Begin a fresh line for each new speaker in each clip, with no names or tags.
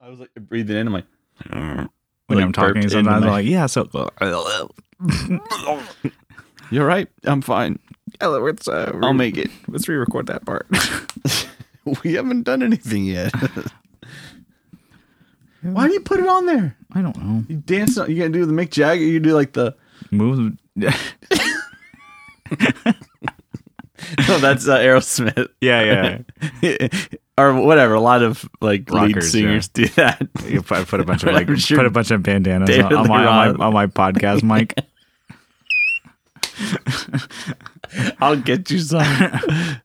I was like breathing in. I'm like,
when
Like
I'm talking
burped
sometimes,
into
I'm
my-
like, yeah, so
you're right. I'm fine.
let's, uh,
I'll make it.
let's re-record that part.
we haven't done anything yet. Why do you put it on there?
I don't know.
You dance. You gotta do the Mick Jagger. You do like the.
Move. yeah,
No, that's uh, Aerosmith
yeah.
or whatever. A lot of like lead
Rockers, yeah.
singers do that.
You put, put a bunch of like
I'm sure
put a bunch of bandanas
David
on, on my, on
Roth.
my on my podcast mic.
I'll get you some.
Uh,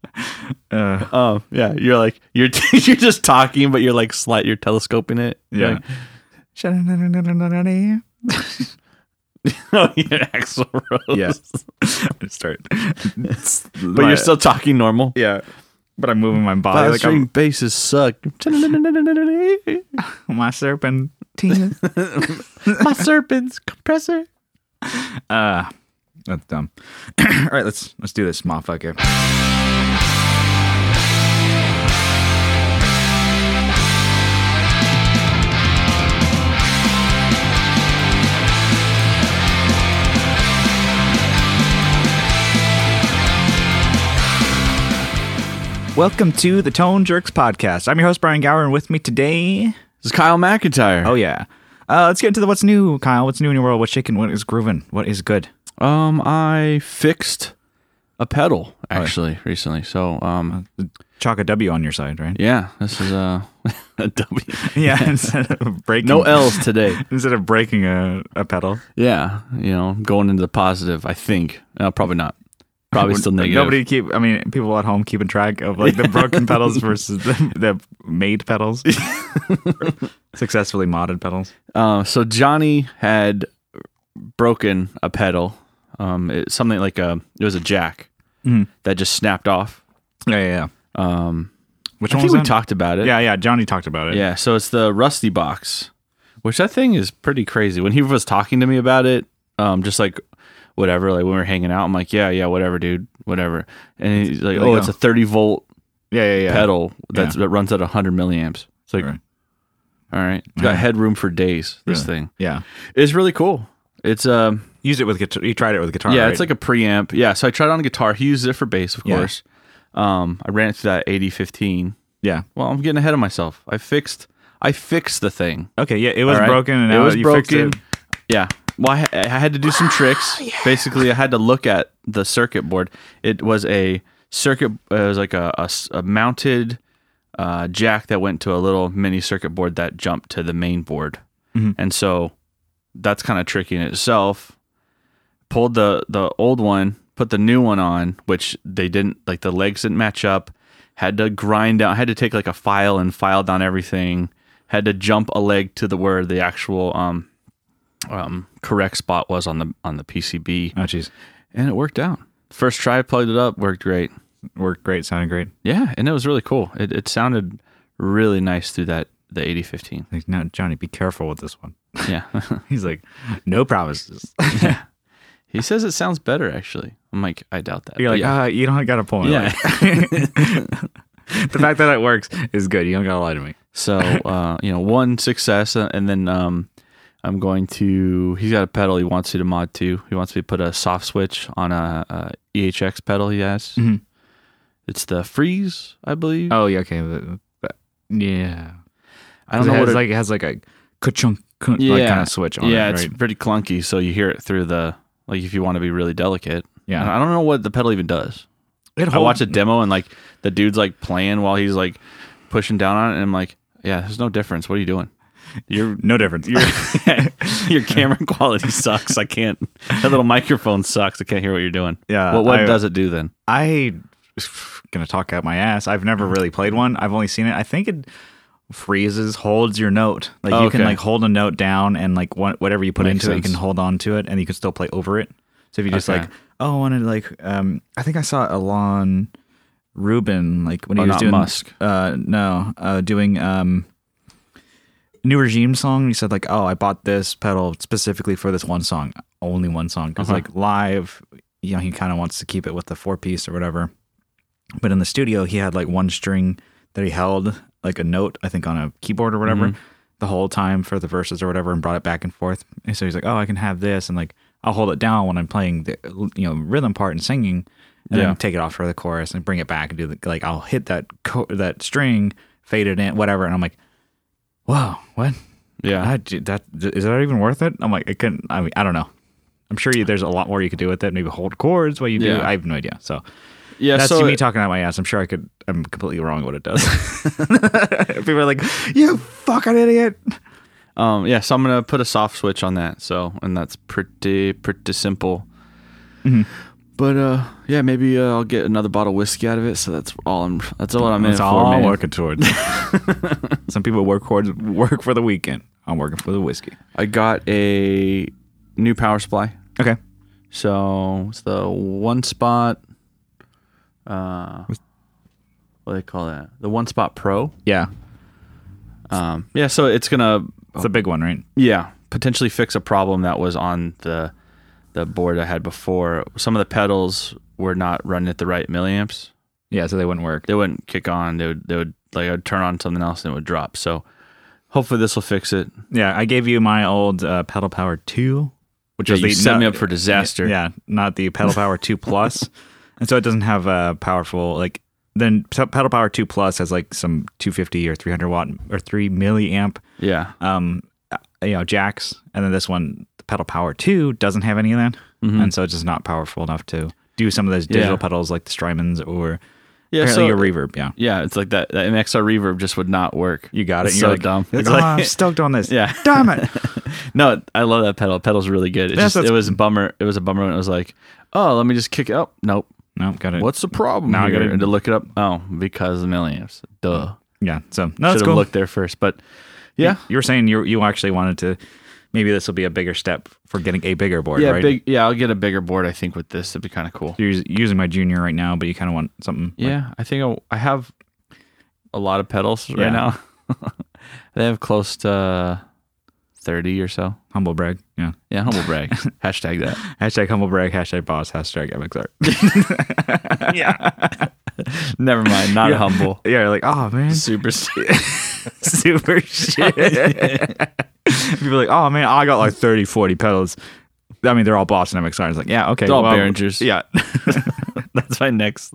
Oh yeah, you're like you're you're just talking, but you're like slight. You're telescoping it. You're
yeah.
like, oh, you're Axl Rose.
Yeah. Start. but
but you're still talking normal.
yeah. But I'm moving my body
Five
like
string
I'm
basses suck. My
my serpentine.
serpent's compressor.
Uh, that's dumb. All right, let's let's do this, motherfucker. Welcome to the Tone Jerks podcast. I'm your host Brian Gower, and with me today,
It's Kyle McIntyre.
oh yeah, uh, let's get into the what's new, Kyle. What's new in your world? What's shaking? What is grooving? What is good?
Um, I fixed a pedal actually recently. So um,
chalk a W on your side, right?
yeah, this is a, a W.
Yeah, instead of breaking
No L's today.
instead of breaking a, a pedal.
Yeah, you know, going into the positive. I think uh, probably not. Probably still negative.
Nobody keep. I mean, people at home keeping track of like the broken pedals versus the, the made pedals, successfully modded pedals.
Uh, so Johnny had broken a pedal. Um, it, something like a it was a jack
Mhm.
that just snapped off.
Yeah, yeah. yeah.
Um,
Which
I
one
think
was
we
that?
talked about it.
Yeah, yeah. Johnny talked about it.
Yeah, so it's the Rusty Box, which that thing is pretty crazy. When he was talking to me about it, um, just like whatever, like when we were hanging out, I'm like, yeah, yeah, whatever, dude, whatever. And he's like,
There you
oh, it's
go.
a 30 volt
yeah, yeah. yeah.
pedal that's, that runs at 100 milliamps. It's like,
Right.
all right, it's got headroom for days. This thing,
Yeah.
it's really cool. It's um,
Used it with guitar. You tried it with guitar.
yeah,
right?
it's like a preamp. Yeah, so I tried it on guitar. He used it for bass, of
Yeah.
course. Um, I ran it through that 8015.
yeah.
Well, I'm getting ahead of myself. I fixed, I fixed the thing.
Okay. Yeah, it was
All right.
broken. And
it
now
was
you fixed
broken.
it.
Yeah. Well, I, ha- I had to do some tricks. Basically, I had to look at the circuit board. It was a circuit. Uh, it was like a, a s- a mounted uh, jack that went to a little mini circuit board that jumped to the main board,
Mhm.
and so that's kind of tricky in itself. Pulled the the old one, put the new one on, which they didn't like. The legs didn't match up. Had to grind down. Had to take like a file and file down everything. Had to jump a leg to the where the actual um, um, correct spot was on the on the PCB,
Oh, jeez.
and it worked out. First try, plugged it up, worked great.
Worked great. Sounded great.
Yeah, and it was really cool. It, it sounded really nice through that the eighty fifteen.
Like, now, Johnny, be careful with this one.
Yeah,
He's like, no promises.
he says it sounds better actually. I'm like, I doubt that.
You're
but
like,
yeah.
ah, you don't got a point.
Yeah.
Like- the fact that it works is good. You don't got to lie to me.
so uh, you know, one success, uh, and then um, I'm going to. He's got a pedal he wants you to mod too. He wants me to put a soft switch on a, a EHX pedal he has.
Mhm.
It's the freeze, I believe.
Oh, yeah. Okay. But, but- yeah.
I don't
it
know
has,
what it-
like, it has like a ka-chunk, ka- like,
Yeah.
kind of switch on
yeah,
it.
it's
right?
pretty clunky. So you hear it through the like if you want to be really delicate.
Yeah.
And I don't know what the pedal even does.
It
I
holds-
watched a demo and like the dude's like playing while he's like pushing down on it, and I'm like, yeah, there's no difference. What are you doing? Your
No difference.
your camera quality sucks. I can't. That little microphone sucks. I can't hear what you're doing.
Yeah,
What what
I-
does it do then?
I gonna talk out my ass. I've never really played one. I've only seen it. I think it freezes, holds your note. Like
Oh,
you can
okay.
like hold a note down and like one, whatever you put
Makes
into it, you can
sense.
hold on to it, and you can still play over it. So if you just
Okay.
like, oh, I wanted like, um, I think I saw Alon Rubin like when he
Oh,
was
not
doing
Musk.
Uh, no, uh, doing um. New regime song. He said like, "Oh, I bought this pedal specifically for this one song, only one song." Because
Uh-huh.
like live, you know, he kind of wants to keep it with the four piece or whatever. But in
Mm-hmm.
the studio, he had like one string that he held, like a note, I think, on a keyboard or whatever. the whole time for the verses or whatever and brought it back and forth. And so he's like, "Oh, I can have this," and like I'll hold it down when I'm playing the you know rhythm part and singing, and
Yeah.
then take it off for the chorus and bring it back and do the, like I'll hit that co- that string, fade it in, whatever, and I'm like, "Whoa, what?"
Yeah.
I d- that is that even worth it? I'm like, I couldn't. I mean, I don't know. I'm sure you, there's a lot more you could do with it. Maybe hold chords while you do.
Yeah.
I have no idea. So
yeah.
that's
so
me talking out my ass. I'm sure I could. I'm completely wrong what it does. People are like, you fucking idiot.
Um, yeah, so I'm gonna put a soft switch on that. So, and that's pretty pretty simple.
Mm-hmm.
But uh, yeah, maybe uh, I'll get another bottle of whiskey out of it. So that's all I'm. That's all I'm in it
That's
for.
all I'm
man.
working towards. Some people work towards work for the weekend. I'm working for the whiskey.
I got a new power supply.
Okay.
So it's the one spot. Uh, what do they call that? The one spot pro.
Yeah,
Um, yeah, so it's gonna
it's a big one, right?
yeah potentially fix a problem that was on the the board I had before. Some of the pedals were not running at the right milliamps.
Yeah, so they wouldn't work.
they wouldn't kick on. They would they would like I'd turn on something else and it would drop. So hopefully this will fix it.
Yeah, I gave you my old uh, pedal power two, which
Yeah,
was
you
the
set
no-
me up for disaster.
Yeah, not the Pedal Power 2 Plus. and so it doesn't have a powerful like then P- Pedal Power 2 Plus has like some 250 or 300 watt or 3 milliamp
Yeah.
um uh, you know jacks and then this one the Pedal Power 2 doesn't have any of that. And so it's just not powerful enough to do some of those digital
Mm-hmm. Yeah.
pedals like the Strymons or
Yeah.
apparently
So
a reverb, yeah.
yeah, it's like that that MXR reverb just would not work.
You got it.
It's
and
so
you're like,
dumb.
you're
It's
like,
like-
"Oh, I'm stoked on this.
Yeah.
Damn it.
No, I love that pedal. Pedal's really good. It
Yes,
just
that's-
it was a bummer. It was a bummer when it was like, oh, let me just kick it up. Nope.
No, got it.
What's the problem?
Now I
here?
gotta-
and to look it up. Oh, because of milliamps. Duh.
Yeah. So no,
Should
that's
have
cool.
looked there first. But yeah.
You were saying you you actually wanted to. Maybe this will be a bigger step for getting a bigger board,
Yeah,
right?
big yeah, I'll get a bigger board, I think, with this. It'd be kinda cool.
You're us- using my junior right now, but you kind of want something. like-
Yeah, I think I, I have a lot of pedals right
Yeah.
now. they have close to 30 or so.
humble brag. Yeah.
Yeah, humble brag. Hashtag that.
Hashtag humble brag. Hashtag boss. Hashtag MXR.
Never mind, not humble.
yeah. You're like, oh man,
Super.
super shit. People are like, oh man, I got like 30, 40 pedals. I mean, they're all boss and MXR. It's like, yeah, okay,
They're all
well,
Behringers.
Yeah,
That's my next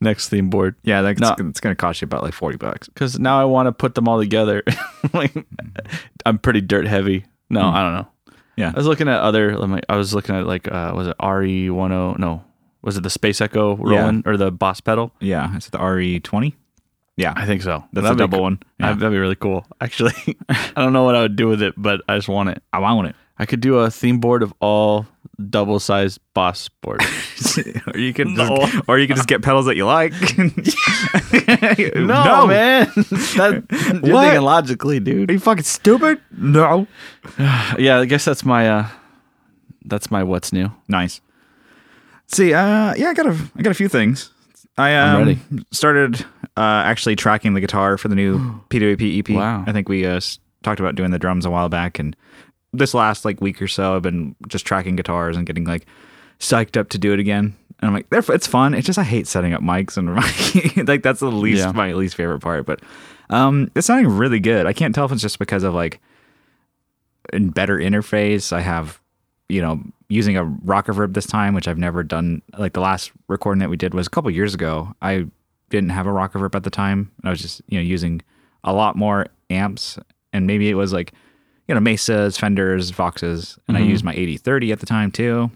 next theme board.
yeah. That's,
No.
it's gonna cost you about like forty bucks.
Because now I want to put them all together. like, I'm pretty dirt heavy. No, I don't know.
Yeah.
I was looking at other. let me- I was looking at like, uh, was it RE10? oh, No, was it the Space Echo
Yeah.
Roland or the Boss pedal?
Yeah, it's the RE twenty. Yeah,
I think so.
that's
That'd
a
be
double
cool.
one.
Uh,
Yeah.
That'd be really cool. Actually, I don't know what I would do with it, but I just want it.
I want it.
I could do a theme board of all double sized boss boards.
or you could
No.
just, or you could just get pedals that you like. no,
man. that, you're
What?
thinking logically, dude.
Are you fucking stupid? No.
Yeah, I guess that's my uh that's my what's new.
Nice. See, uh, yeah, I got a, I got a few things. I um,
ready.
started uh, actually tracking the guitar for the new PWP EP.
Wow.
E I think we uh, s- talked about doing the drums a while back, and this last like week or so, I've been just tracking guitars and getting like psyched up to do it again. And I'm like, therefore, it's fun. It's just I hate setting up mics and like that's the least
Yeah.
my least favorite part. But um, it's sounding really good. I can't tell if it's just because of like and better interface. I have, you know, using a rocker verb this time, which I've never done. Like the last recording that we did was a couple years ago. I didn't have a rocker verb at the time. I was just, you know, using a lot more amps and maybe it was like, you know, Mesas, Fenders, Voxes. And I used my 8030 at the time too.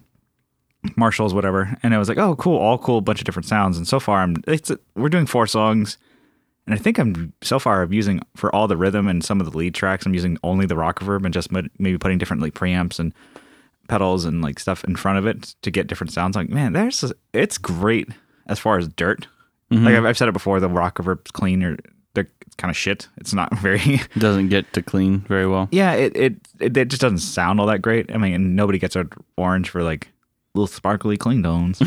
Marshalls, whatever. And I was like, oh, cool, all cool, bunch of different sounds. And so far, I'm it's we're doing four songs, and I think I'm so far I'm using for all the rhythm and some of the lead tracks. I'm using only the rock reverb and just mud- maybe putting different like preamps and pedals and like stuff in front of it to get different sounds. Like, man, there's it's great as far as dirt. Like I've, I've said it before, the rock reverb's clean or they're kind of shit. It's not very
It doesn't get to clean very well.
yeah, it, it it it just doesn't sound all that great. I mean, and nobody gets an orange for like little sparkly clean tones.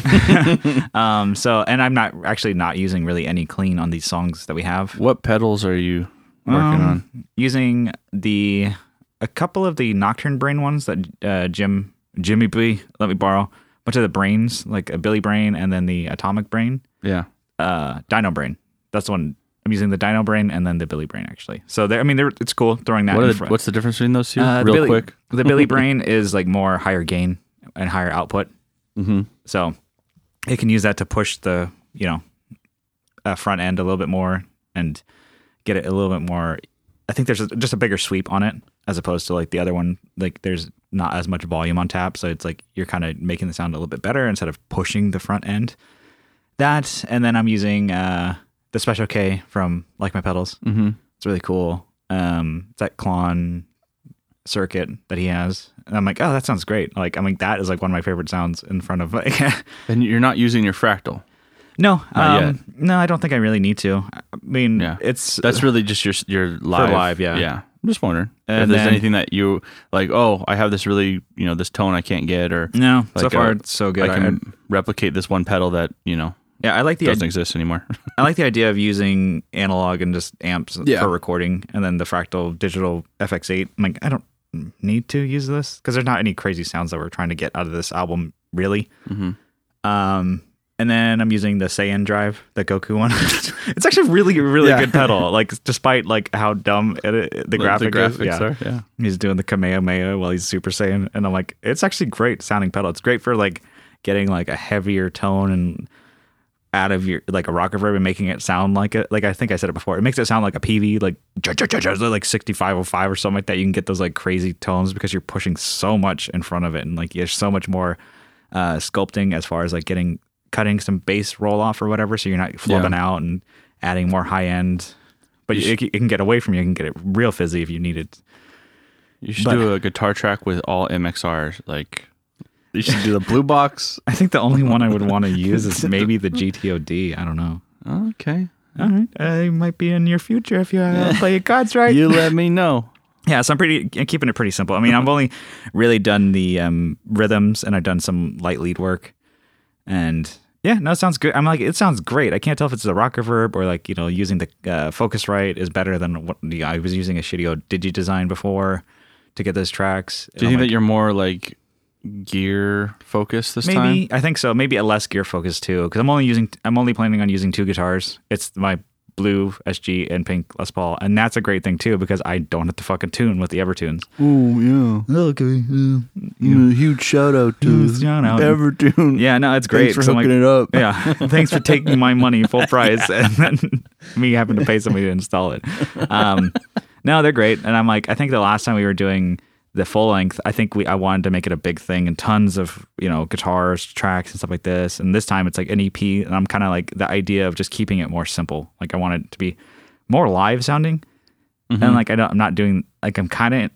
um, so, and I'm not actually not using really any clean on these songs that we have.
What pedals are you working on?
Um, Using the a couple of the Nocturne Brain ones that uh, Jim Jimmy B let me borrow. A bunch of the brains, like a Billy Brain, and then the Atomic Brain,
Yeah.
uh, Dino Brain. That's the one I'm using the Dino Brain and then the Billy Brain actually. So there, I mean, there it's cool throwing that.
What
in
are the,
front.
what's the difference between those two?
Uh, the
Real
Billy,
quick.
the Billy Brain is like more higher gain and higher output.
Mm-hmm.
So it can use that to push the you know uh, front end a little bit more and get it a little bit more. I think there's a, just a bigger sweep on it as opposed to like the other one. Like there's not as much volume on tap, so it's like you're kind of making the sound a little bit better instead of pushing the front end. That and then I'm using uh, the Special K from Like My Pedals.
Mm-hmm.
It's really cool. Um, it's that Klon circuit that he has. And I'm like, oh, that sounds great. Like, I'm like, that is like one of my favorite sounds in front of like,
And you're not using your fractal.
no,
Not
um, no, I don't think I really need to. I mean,
Yeah.
it's,
That's really just your your live.
live, yeah.
Yeah. I'm just wondering if
And
there's
then-
anything that you like. Oh, I have this really you know this tone I can't get, or
no, so
like
far
a-
it's so good.
I
I-
can replicate this one pedal that you know
yeah, I like the,
doesn't
idea,
exist anymore.
I like the idea of using analog and just amps
Yeah.
for recording and then the fractal digital FX8. I'm like, I don't need to use this because there's not any crazy sounds that we're trying to get out of this album really.
mm-hmm.
Um, and then I'm using the Saiyan drive, the Goku one. it's actually really, really
Yeah.
good pedal. Like, despite like how dumb it, it- the, graphic is. Yeah.
are. Yeah.
He's doing the Kamehameha while he's Super Saiyan, and I'm like, it's actually great sounding pedal. It's great for like getting like a heavier tone and out of your like a rock reverb and making it sound like it. Like I think I said it before, it makes it sound like a PV, like ja- ja- ja- ja, like 6505 or something like that. You can get those like crazy tones because you're pushing so much in front of it, and like there's so much more uh, sculpting as far as like getting cutting some bass roll off or whatever, so you're not flubbing out and adding more high end. But you, it can get away from you. You can get it real fizzy if you need it.
You should
But-
do a guitar track with all MXRs. Like you should do the blue box.
I think the only one I would want to use is maybe the GTOD. I don't know.
Okay.
All right, it might be in your future if you uh, play your cards right.
You let me know.
yeah, so I'm pretty I'm keeping it pretty simple. I mean, I've only really done the um, rhythms and I've done some light lead work, and yeah, no, it sounds good. I'm like, it sounds great. I can't tell if it's the rock reverb or like you know using the uh, focus right is better than what the, I was using a shitty old digi design before to get those tracks.
Do you think that you're more like gear focused this time?
Maybe I think so. Maybe a less gear focus too, because I'm only using I'm only planning on using two guitars. It's my blue SG and pink Les Paul, and that's a great thing too because I don't have to fucking tune with the Evertunes.
Oh yeah.
Okay,
huge shout out
to Shout out.
Evertune.
yeah, no, it's great. So I'm like-
up.
yeah, thanks for taking my money full price and then me having to pay somebody to install it. Um, no, they're great, and I'm like, I think the last time we were doing the full length, I think we I wanted to make it a big thing and tons of you know guitars, tracks, and stuff like this. And this time it's like an EP, and I'm kind of like the idea of just keeping it more simple. Like I want it to be more live sounding, and like I don't, I'm not doing like I'm kind of.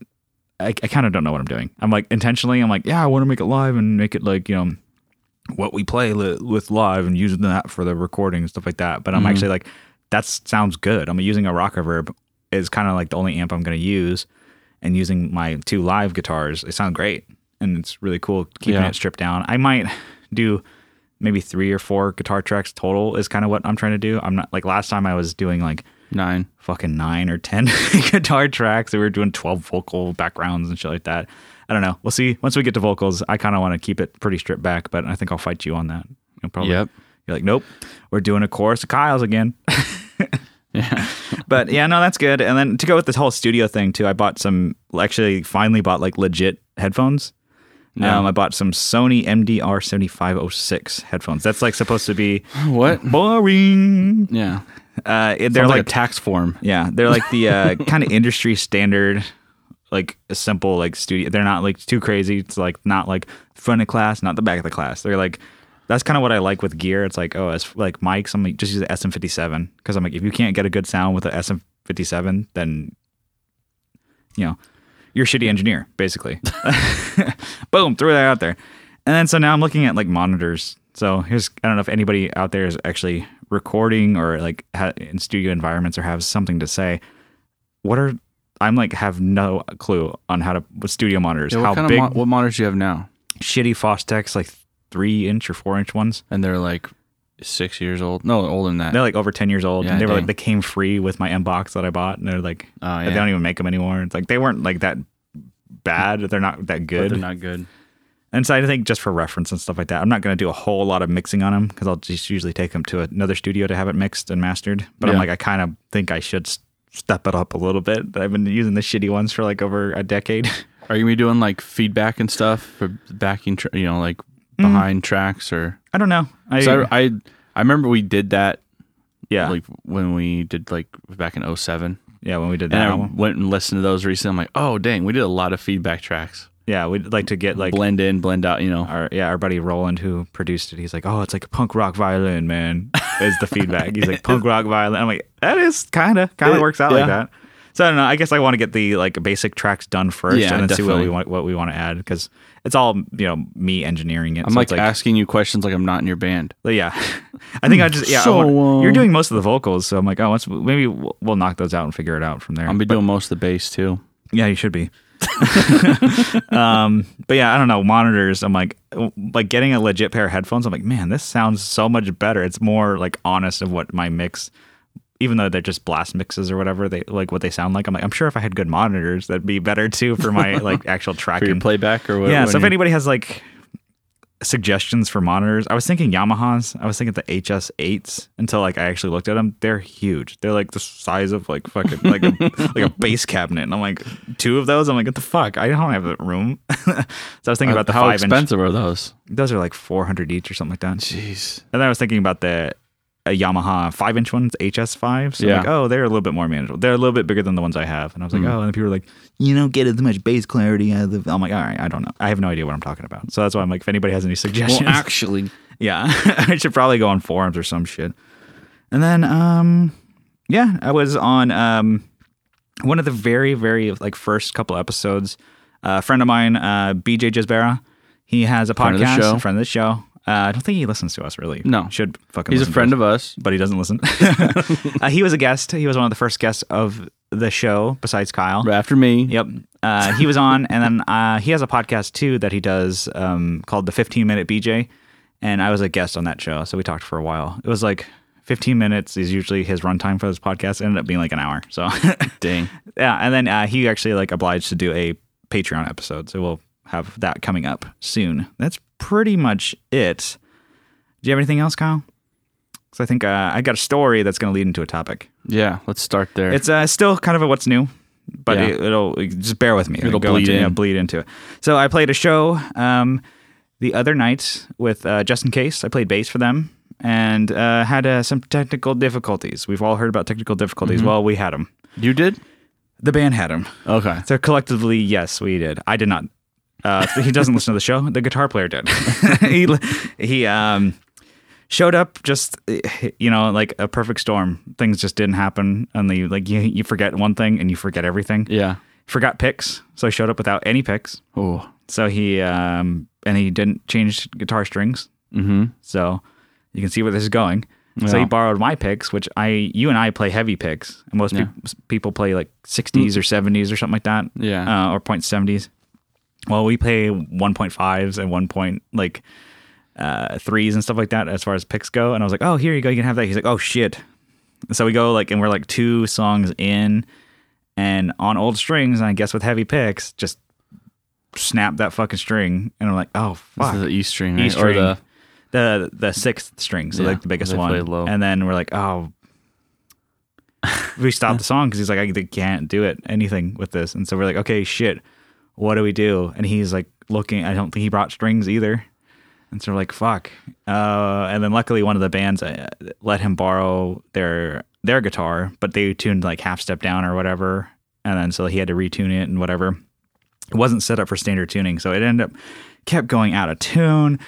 I, I kind of don't know what I'm doing. I'm like intentionally. I'm like, yeah, I want to make it live and make it like you know what we play li- with live and using that for the recording and stuff like that. But I'm actually like, that sounds good. I'm using a rock reverb is kind of like the only amp I'm going to use, and using my two live guitars, they sound great and it's really cool keeping
Yeah.
it stripped down. I might do maybe three or four guitar tracks total is kind of what I'm trying to do. I'm not like last time I was doing like
Nine.
fucking nine or ten guitar tracks. They were doing twelve vocal backgrounds and shit like that. I don't know. We'll see. Once we get to vocals, I kind of want to keep it pretty stripped back, but I think I'll fight you on that. You'll probably.
Yep.
You're like, nope, we're doing a chorus of Kyle's again. But yeah, no, that's good. And then to go with this whole studio thing too, I bought some. Actually, finally bought like legit headphones. Um, I bought some Sony MDR seventy five oh six headphones. That's like supposed to be
What?
boring.
Yeah.
Uh, it- they're
Sounds
like
a tax form.
yeah, they're like the uh, kind of industry standard, like a simple like studio. They're not like too crazy. It's like not like front of class, not the back of the class. They're like that's kind of what I like with gear. It's like oh, as like mics, I'm like just use the SM57 because I'm like if you can't get a good sound with the SM57, then you know you're a shitty engineer basically. Boom, threw that out there, and then so now I'm looking at like monitors. So here's I don't know if anybody out there is actually recording or like ha- in studio environments or have something to say what are I'm like have no clue on how to with studio monitors.
Yeah, what
how
kind
big
of mo- what monitors do you have now?
shitty Fostex like three inch or four inch ones.
And they're like six years old. No, older than that.
They're like over ten years old,
Yeah,
and they were
dang.
like they came free with my M box that I bought, and they're like
Oh,
they
yeah.
don't even make them anymore. It's like they weren't like that bad. They're not that
But
good.
they're not good.
And so I think just for reference and stuff like that, I'm not going to do a whole lot of mixing on them because I'll just usually take them to another studio to have it mixed and mastered. But I'm
Yeah.
like, I kind of think I should s- step it up a little bit. I've been using the shitty ones for like over a decade.
Are you gonna be doing like feedback and stuff for backing, tr- you know, like
Mm-hmm.
behind tracks or?
I don't know. I,
'cause I, I I remember we did that
yeah,
like when we did like back in 07.
yeah. When we did
and
that
I
album,
went and listened to those recently. I'm like, oh dang, we did a lot of feedback tracks,
yeah, we'd like to get like
blend in, blend out. You know,
our yeah our buddy Roland who produced it. He's like, oh, it's like a punk rock violin, man. Is the feedback? He's like punk rock violin. I'm like, that is kind of kind
It-
of works out
yeah.
like that. So I don't know. I guess I want to get the like basic tracks done first,
Yeah,
and then see what
definitely.
we want what we want to add because it's all you know me engineering it.
I'm
so
like,
it's like
asking you questions like I'm not in your band.
but yeah. I think I just yeah. I
So,
want- you're
uh,
doing most of the vocals, so I'm like, oh, let's, maybe we'll, we'll knock those out and figure it out from there.
I'm be doing most of the bass too.
Yeah, you should be. um, but yeah, I don't know. Monitors, I'm like, like getting a legit pair of headphones. I'm like, man, this sounds so much better. It's more like honest of what my mix, even though they're just blast mixes or whatever. They like what they sound like. I'm like, I'm sure if I had good monitors, that'd be better too for my like actual
For your
tracking.
playback or what?
yeah. So
when
if
you-
anybody has like suggestions for monitors, I was thinking Yamahas. I was thinking the HS8s until like I actually looked at them. They're huge. They're like the size of like fucking like a like a base cabinet. And I'm like two of those. I'm like what the fuck? I don't have the room. so I was thinking about the
Uh, how
five
expensive are those?
inch. Those are like 400 each or something like that.
Jeez.
And then I was thinking about the a Yamaha five inch ones, HS5. So I'm
Yeah. Hmm.
like, oh, they're a little bit more manageable. They're a little bit bigger than the ones I have. And I was like, oh, and people were like, you don't get as much bass clarity out of the. I'm like, all right, I don't know. I have no idea what I'm talking about. So that's why I'm like, if anybody has any suggestions,
actually,
yeah, I should probably go on forums or some shit. And then, um, yeah, I was on um, one of the very, very like first couple episodes. a friend of mine, uh, BJ Gisbera, he has a
Friend of the
podcast.
show.
friend of the show. Uh, I don't think he listens to us really.
No.
should fucking.
he's a
listen to
friend
us
of us.
but he doesn't listen. uh, he was a guest. He was one of the first guests of the show, besides Kyle.
After me,
Yep. Uh, he was on, and then uh, he has a podcast too that he does um, called The 15 Minute BJ. And I was a guest on that show. So we talked for a while. It was like 15 minutes is usually his runtime for this podcast. It ended up being like an hour. So
dang,
yeah. And then uh, he actually like obliged to do a Patreon episode. So we'll have that coming up soon. That's pretty much it. Do you have anything else, Kyle? Because I think uh, I got a story that's going to lead into a topic.
yeah. Let's start there.
It's uh, still kind of a what's new, but
Yeah.
it, it'll just bear with me.
It'll bleed
into,
in.
yeah, bleed into it. So I played a show um, the other night with uh, Justin Case. I played bass for them and uh, had uh, some technical difficulties. We've all heard about technical difficulties.
Mm-hmm.
Well, we had them.
you did
The band had them.
okay.
So collectively, yes, we did. I did not. Uh, he doesn't listen to the show. The guitar player did. he he um, showed up just you know like a perfect storm. Things just didn't happen, and the like you you forget one thing and you forget everything.
Yeah.
Forgot picks, so he showed up without any picks.
Oh.
So he um, and he didn't change guitar strings.
Mm-hmm.
So you can see where this is going. So he
Yeah.
borrowed my picks, which I, you and I play heavy picks, and most
Yeah. Mm.
peop- people play like 60s or 70s or something like that,
Yeah.
uh, or point seventies. Well, we play 1.5s and one point like uh, threes and stuff like that as far as picks go. And I was like, oh, here you go, you can have that. He's like, oh shit. And so we go like, and we're like two songs in, and on old strings, and I guess with heavy picks, just snap that fucking string, and I'm like, oh fuck
This is the E string, right?
E
or
string,
the
the, the sixth string, so
Yeah,
like the biggest
they play
one.
low.
And then we're like, oh, we stopped the song because he's like, I can't do it anything with this. And so we're like, okay, shit, what do we do? And he's like looking. I don't think he brought strings either. And so we're like, fuck. Uh, and then luckily, one of the bands uh, let him borrow their their guitar, but they tuned like half step down or whatever. And then so he had to retune it and whatever it wasn't set up for standard tuning, so it ended up kept going out of tune,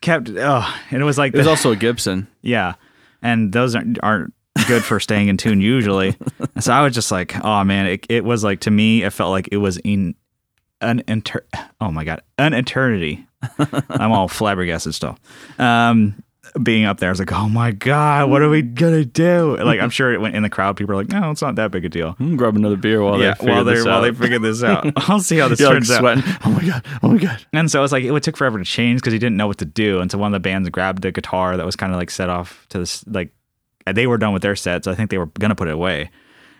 kept oh, and it was like
It was
the-
also a Gibson.
yeah, and those aren't aren't good for staying in tune usually. so I was just like, oh man, it it was like to me, it felt like it was in an inter oh my god, an eternity. I'm all flabbergasted still. Um being up there, I was like, "Oh my god, what are we gonna do?" Like, I'm sure it went in the crowd. People are like, "No, it's not that big a deal."
I'm gonna grab another beer while
yeah,
they figure
while they
this
while they
out.
figure this out, I'll see how this
You're like
turns out.
sweating. Oh my god. Oh my god.
And so it was like it took forever to change because he didn't know what to do. And so one of the bands grabbed the guitar that was kind of like set off to this like they were done with their sets. I think they were gonna put it away.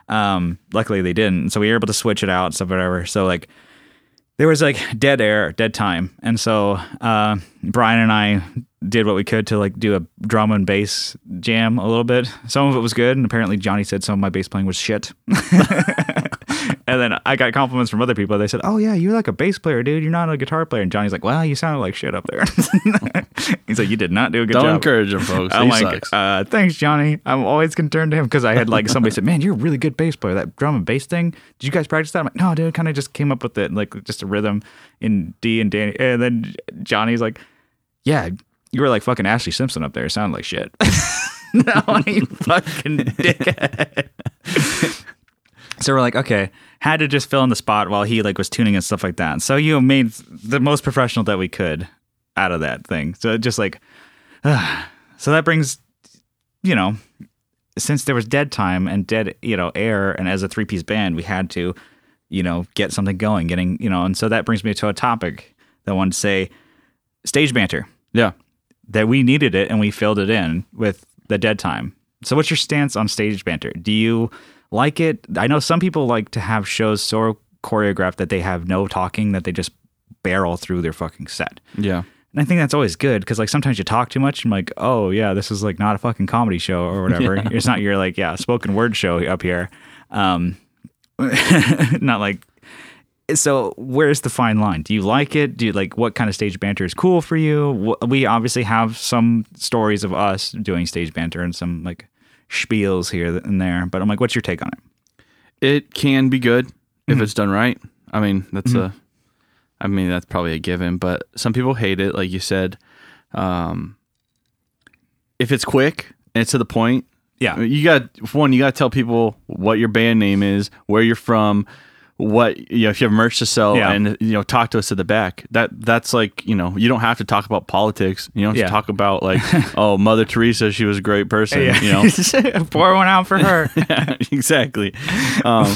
Um, luckily they didn't. So we were able to switch it out and stuff whatever. So like there was like dead air, dead time, and so uh, Brian and I did what we could to like do a drama and bass jam a little bit. Some of it was good, and apparently Johnny said some of my bass playing was shit. and then I got compliments from other people. They said, "Oh yeah, you're like a bass player, dude. You're not a guitar player." And Johnny's like, "Well, you sounded like shit up there." He's like, "You did not do a good
Don't
job."
encourage him, folks.
I'm
he
like,
sucks.
uh, thanks, Johnny. I'm always concerned to him because I had like somebody said, "Man, you're a really good bass player. That drum and bass thing. Did you guys practice that?" I'm like, "No, dude. Kind of just came up with it, like just a rhythm in D and Danny." And then Johnny's like, "Yeah, you were like fucking Ashley Simpson up there. It sounded like shit." no, you fucking dickhead. so we're like, okay, had to just fill in the spot while he like was tuning and stuff like that. So you made the most professional that we could out of that thing. So it just like so that brings, you know, since there was dead time and dead, you know, air, and as a three piece band, we had to, you know, get something going, getting, you know, and so that brings me to a topic that I wanted to say stage banter,
yeah.
that we needed it and we filled it in with the dead time. So, what's your stance on stage banter? Do you like it? I know some people like to have shows so choreographed that they have no talking, that they just barrel through their fucking set.
Yeah.
And I think that's always good because like sometimes you talk too much and like, oh yeah, this is like not a fucking comedy show or whatever. It's not your like yeah spoken word show up here. Um, not like. So where's the fine line? Do you like it? Do you like what kind of stage banter is cool for you? Wh- We obviously have some stories of us doing stage banter and some like spiels here and there, but I'm like, what's your take on it?
It can be good
Mm-hmm.
if it's done right. I mean, that's a I mean, that's probably a given, but some people hate it like you said. Um if it's quick and it's to the point, I
Yeah,
mean, you got for one. You got to tell people what your band name is, where you're from, what you know if you have merch to sell,
Yeah.
and you know talk to us at the back. That that's like you know you don't have to talk about politics. You don't have
Yeah.
to talk about like oh Mother Teresa, she was a great person. You know
pour one out for her.
exactly. Um,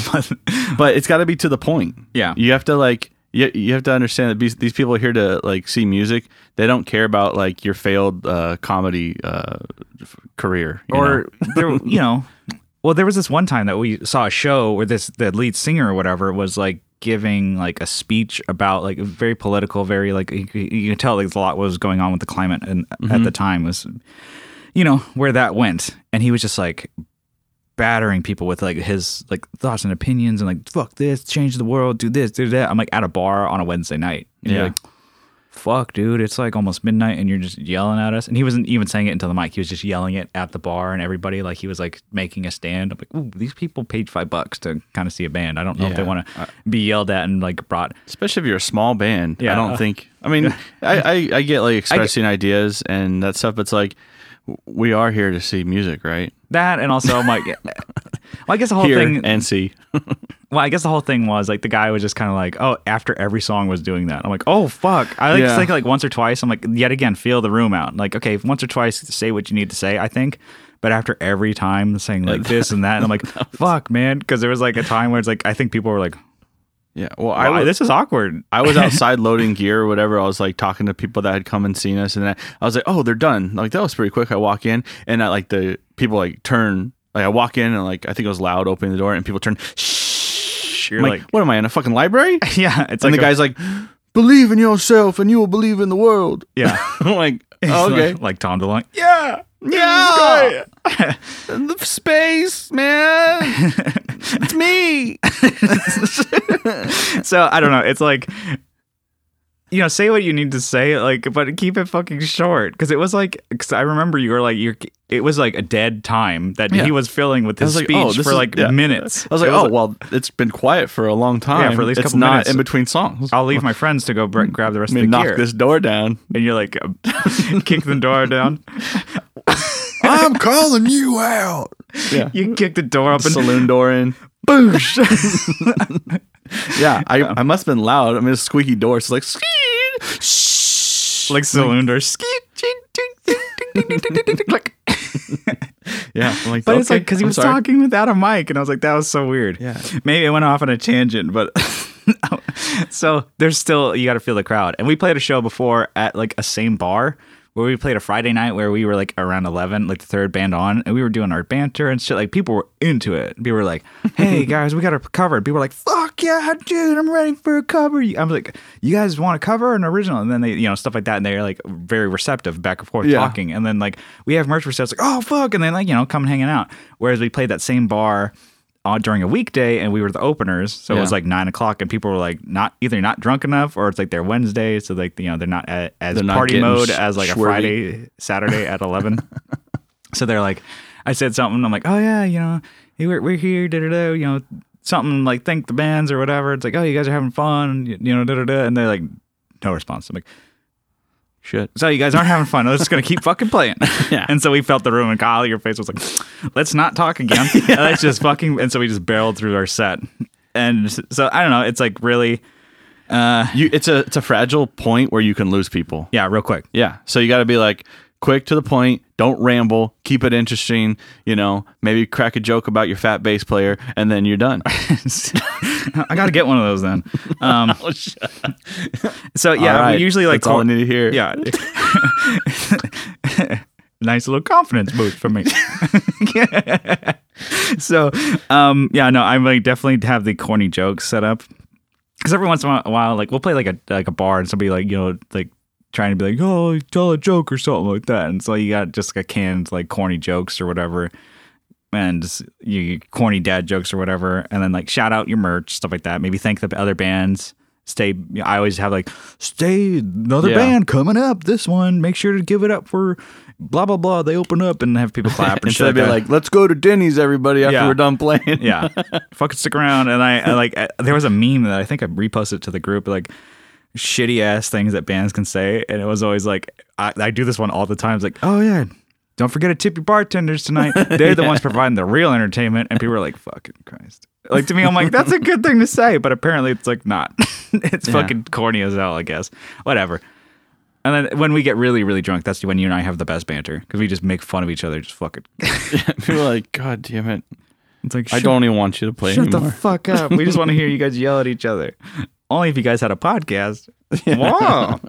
but it's got to be to the point.
Yeah.
you have to like you, you have to understand that these, these people are here to like see music. They don't care about like your failed uh, comedy uh, f- career you know?
or there, you know, well, there was this one time that we saw a show where this the lead singer or whatever was like giving like a speech about like very political, very like you, you can tell like a lot was going on with the climate and
Mm-hmm.
at the time was, you know, where that went, and he was just like battering people with like his like thoughts and opinions and like fuck this, change the world, do this, do that. I'm like at a bar on a Wednesday night, and you're
Yeah.
like, fuck, dude, it's like almost midnight and you're just yelling at us. And he wasn't even saying it into the mic. He was just yelling it at the bar and everybody, like he was like making a stand. I'm like, ooh, these people paid five bucks to kind of see a band. I don't know if they
Yeah. Uh,
want to be yelled at and like brought.
especially if you're a small band.
Yeah.
I don't think. I mean, I, I I get like expressing ideas and that stuff. But it's like w- we are here to see music, right?
That and also I'm like, well, I guess the whole
Here
thing.
and see.
well, I guess the whole thing was like the guy was just kind of like, oh, after every song was doing that. I'm like, oh fuck. I like
Yeah.
think like once or twice. I'm like, yet again, feel the room out. Like, okay, once or twice, say what you need to say. I think. But after every time saying like this and that, and I'm like, fuck, man, because there was like a time where it's like I think people were like,
yeah. Well, I
I,
was
this is awkward.
I was outside loading gear or whatever. I was like talking to people that had come and seen us, and I, I was like, oh, they're done. Like that was pretty quick. I walk in and I like the people like turn. Like I walk in and like I think it was loud opening the door and people turn. Shh.
You're
I'm like,
like-
what am I in a fucking library?
yeah, it's
and
like
the guy's like, believe in yourself and you will believe in the world.
a, yeah,
I'm like,
It's
okay.
like, like Tom DeLonge.
Yeah. Yeah. the space, man. it's me.
So I don't know. It's like you know, say what you need to say, like, but keep it fucking short. Because it was like, because I remember you were like, you're. It was like a dead time that
Yeah.
he was filling with
I
his
was like,
speech
oh, this
for
is-
like
yeah.
minutes.
I was like,
It
oh, well, it's been quiet for a long time.
for at least a
it's
couple
not
minutes.
in between songs.
I'll leave my friends to go br- grab the rest
I
of
mean,
the
knock
gear.
this door down.
And you're like, kick the door down.
I'm calling you out. Yeah.
You kick the door open.
Saloon door in.
Boosh.
Yeah, I, I must have been loud. I mean, it's a squeaky door. It's like, "Skeet." shh.
like saloon door. Skeet, ching, ching, ching, ding, ding, ding, ding, ding, ding, click.
yeah. I'm like,
But it's
"Okay,
like because he
I'm
was
sorry."
talking without a mic, and I was like, that was so weird.
Yeah.
Maybe it went off on a tangent, but so there's still you got to feel the crowd. And we played a show before at like a same bar where we played a Friday night where we were like around 11, like the third band on, and we were doing our banter and shit. Like people were into it. People were like, hey guys, we got a cover. And people were like, fuck yeah, dude, I'm ready for a cover. You- I'm like, you guys want a cover or an original? And then they, you know, stuff like that. And they're like very receptive back and forth
Yeah.
talking. And then like we have merch for sales, like, oh fuck. And then like, you know, come hanging out. Whereas we played that same bar. On during a weekday, and we were the openers, so it was
Yeah.
like nine o'clock, and people were like not either not drunk enough, or it's like their Wednesday, so like you know they're not a- as
They're not
party
getting
mode
sh-
as like a
swervy.
Friday, Saturday at 11. so they're like, I said something. I'm like, oh yeah, you know, hey, we're, we're here, da da da, you know, something like thank the bands or whatever. It's like, oh, you guys are having fun, you know, da da da. And they're like, no response. I'm like,
Shit.
so you guys aren't having fun. Let's just gonna keep fucking playing.
Yeah.
And so we felt the room, and Kyle, your face was like, "Let's not talk again. And Let's just fucking." And so we just barreled through our set. And so I don't know. It's like really,
You, it's a it's a fragile point where you can lose people.
yeah, real quick.
Yeah. So you got to be like quick to the point. Don't ramble. Keep it interesting. You know, maybe crack a joke about your fat bass player, and then you're done.
I gotta get one of those then. Um, so yeah,
Oh, All right.
we usually like
That's all I need to hear.
Yeah. nice little confidence boost for me. so, um, yeah, no, I like definitely have the corny jokes set up because every once in a while, like we'll play like a like a bar and somebody like you know like trying to be like oh tell a joke or something like that, and so you got just like canned like corny jokes or whatever. And s- you you corny dad jokes or whatever, and then like shout out your merch stuff like that. Maybe thank the other bands. Stay. I always have like stay another
Yeah.
band coming up. This one, make sure to give it up for blah blah blah. They open up and have people clap and
Instead
shit.
of
like
being
that
like, let's go to Denny's, everybody, after
Yeah.
we're done playing.
yeah fucking stick around and I, I like I, there was a meme that i think i reposted to the group like shitty ass things that bands can say and it was always like i, I do this one all the time it's like oh yeah don't forget to tip your bartenders tonight they're the ones providing the real entertainment and people are like fucking christ like to me i'm like that's a good thing to say but apparently it's like not it's fucking corny as hell i guess whatever and then when we get really really drunk that's when you and i have the best banter because we just make fun of each other just fucking
People are like, God damn it.
it's like
I
"Shut
don't even want you to play
Shut
anymore.
the fuck up. We just want to hear you guys yell at each other. Only if you guys had a podcast. Wow.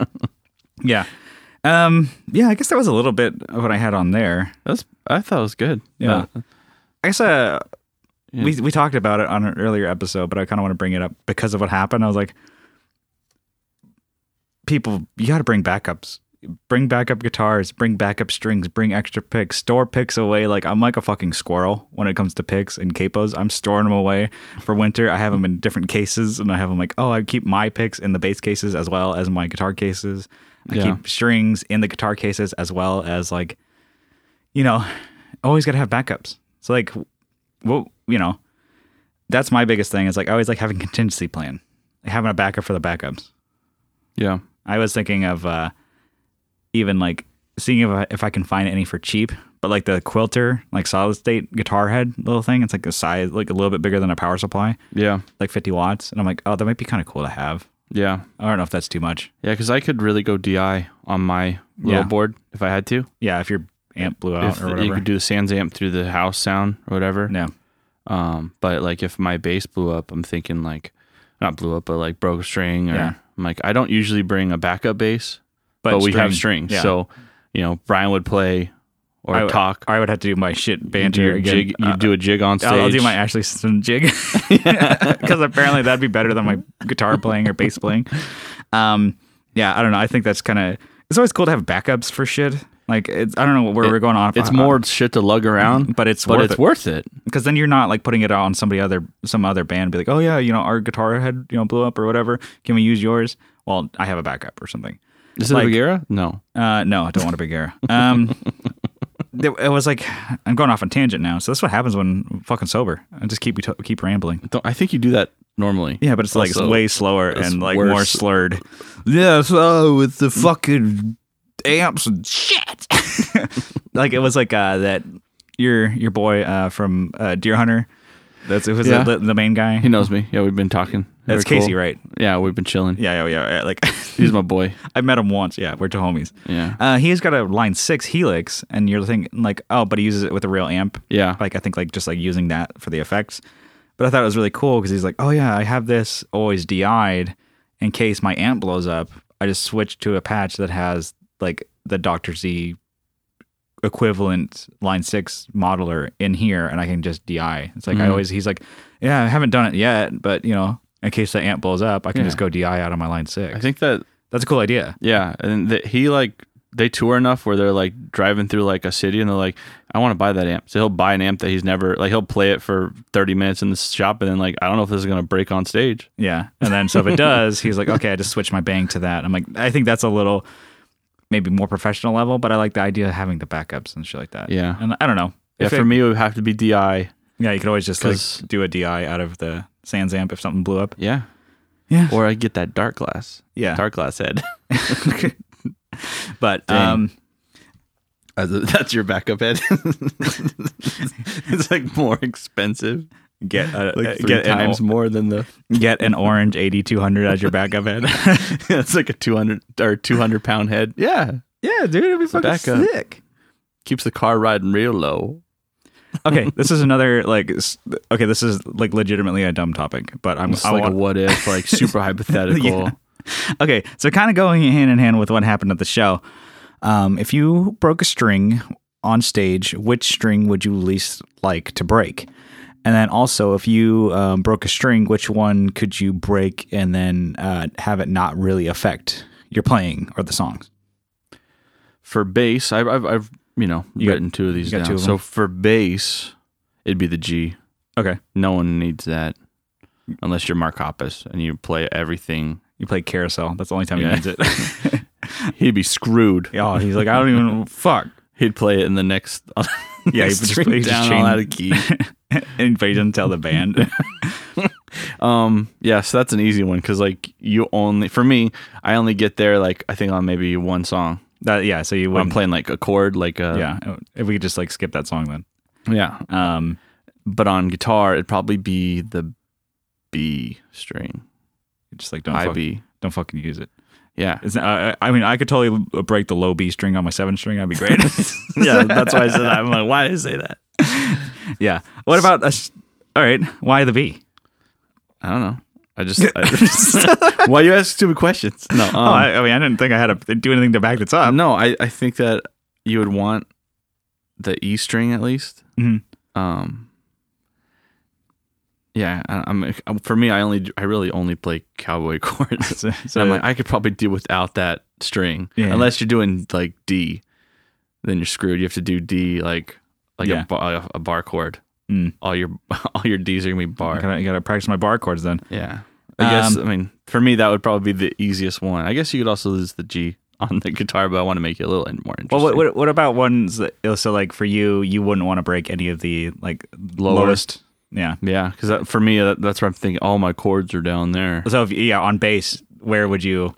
yeah. Um, yeah, I guess that was a little bit of what I had on there.
That's I thought it was good.
Yeah.
Uh,
I guess uh, we we talked about it on an earlier episode, but I kind of want to bring it up because of what happened. I was like, people, you got to bring backups. Bring backup guitars, bring backup strings, bring extra picks, store picks away. Like I'm like a fucking squirrel when it comes to picks and capos. I'm storing them away for winter. I have them in different cases, and I have them like, oh, I keep my picks in the bass cases as well as my guitar cases. I
Yeah.
keep strings in the guitar cases as well as like you know, always got to have backups. So like, well, you know, that's my biggest thing. Is like I always like having contingency plan, like having a backup for the backups.
yeah.
I was thinking of uh, even like seeing if I, if I can find any for cheap, but like the quilter, like solid state guitar head little thing. It's like a size, like a little bit bigger than a power supply,
Yeah.
like 50 watts. And I'm like, oh, that might be kind of cool to have.
Yeah.
I don't know if that's too much.
Yeah, because I could really go DI on my little
Yeah.
board if I had to.
Yeah, if your amp blew out
If
or
you
whatever.
could do the Sans amp through the house sound or whatever.
yeah.
Um, but like if my bass blew up, I'm thinking like not blew up, but like broke a string or
Yeah.
I'm like I don't usually bring a backup bass, but, we have strings.
Yeah.
So, you know, Brian would play or
I would-
talk.
I would have to do my shit
You do
banter
your
again. Uh,
jig, you do a jig on stage.
I'll, I'll do my Ashley Simpson jig because apparently that'd be better than my guitar playing or bass playing. Um, yeah, I don't know. I think that's kind of it's always cool to have backups for shit. Like it's, I don't know where we're going on.
It's more shit to lug around,
But it's
uh, but
worth
it's
it.
worth it.
because then you're not like putting it on somebody other some other band. Be like, oh yeah, you know our guitar head you know blew up or whatever. Can we use yours? Well, I have a backup or something.
Is it
Like-
a Bagheera? No.
Uh, no, I don't want a big air. Um, there- it was like I'm going off on tangent now. So that's what happens when I'm fucking sober. I just keep keep rambling.
Don't, I think you do that normally.
Yeah, but it's like
Also,
way slower
it's
and like
worse.
more slurred. Yeah, so oh, with the fucking amps and shit. like it was like uh, that your your boy uh, from uh, Deer Hunter. That's it was
Yeah.
the, the main guy.
He knows me. Yeah, we've been talking.
That's
We're cool.
Casey, right?
Yeah, we've been chilling.
Yeah, yeah, yeah. yeah. Like
He's my boy.
I met him once. Yeah, we're two homies.
Yeah.
Uh, he's got a line six helix, and you're thinking like, oh, but he uses it with a real amp.
Yeah.
Like I think like just like using that for the effects. But I thought it was really cool because he's like, oh yeah, I have this always DI'd in case my amp blows up. I just switch to a patch that has like the Doctor Z equivalent line six modeler in here, and I can just DI. It's like I
Mhm.
always he's like, yeah, I haven't done it yet, but you know, in case the amp blows up, I can
Yeah.
just go DI out of my line six.
I think that
That's a cool idea.
yeah, and that he like they tour enough where they're like driving through like a city and they're like, I want to buy that amp. So he'll buy an amp that he's never like he'll play it for thirty minutes in the shop and then like I don't know if this is gonna break on stage.
Yeah. And then so if it does, he's like, okay, I just switch my bang to that. I'm like, I think that's a little maybe more professional level, but I like the idea of having the backups and shit like that.
Yeah.
And I don't know.
Yeah,
If
for
it-
me it would have to be DI.
yeah, you could always just like
'Cause-
do a DI out of the Sans amp if something blew up.
Yeah.
Yeah.
Or I get that dark glass.
Yeah.
Dark glass head.
But
Dang.
um
That's your backup head. it's like more expensive.
get a, uh,
Like three
get
times
an,
more than the
o- get an orange 8200 as your backup head.
it's like a 200 or 200 pound head yeah
yeah, dude, it'd be fucking
backup.
sick.
keeps the car riding real low
Okay, this is another like s- okay, this is like legitimately a dumb topic, but I'm
it's
I
like
want-
a what if like super hypothetical
Yeah. Okay, so kind of going hand in hand with what happened at the show. Um, if you broke a string on stage, which string would you least like to break? And then also, if you um, broke a string, which one could you break and then uh, have it not really affect your playing or the songs?
for bass I've, I've i've you know
You got-
written two of these
you got
down
two of
so for bass it'd be the g
Okay,
no one needs that unless you're mark hoppus and you play everything
you play carousel. That's the only time
Yeah.
he needs it.
he'd be screwed
oh, he's like, I don't even fuck.
he'd play it in the next
Yeah, he'd just
string
play- he'd just
down
chain-
all out of key
and but he doesn't tell the band.
Um, yeah, so that's an easy one because like you only for me, I only get there like I think on maybe one song.
that, yeah, so
When
you
I'm
wouldn't.
playing like a chord, like a
Yeah, if we could just like skip that song then.
yeah.
Um,
But on guitar, it'd probably be the B string,
just like don't
high
fuck,
B.
don't fucking use it.
Yeah,
It's, uh, I, I I mean, I could totally break the low B string on my seven string. That'd be great.
yeah. That's why I said that. I'm like, why did I say that?
yeah. What about a s All right. Why the B?
I don't know. I just I, why you ask stupid questions? No, um,
oh, I, I mean, I didn't think I had to do anything to back this up.
no. I I think that you would want the E string at least.
Mhm.
um yeah I, i'm for me i only i really only play cowboy chords
So,
so
so-
i'm like i could probably do without that string
Yeah.
unless you're doing like d then you're screwed you have to do d like like
Yeah.
a, bar, a bar chord
Mm.
all your all your d's are gonna be bar
I gotta, I gotta practice my bar chords then.
yeah i guess
Um,
i mean for me that would probably be the easiest one i guess you could also lose the g on the guitar but i want to make it a little more interesting
Well, what, what what about ones that so like for you, you wouldn't want to break any of the like
Lower.
lowest. Yeah.
yeah because for me that, that's where i'm thinking all my chords are down there
So if, yeah, on bass, where would you?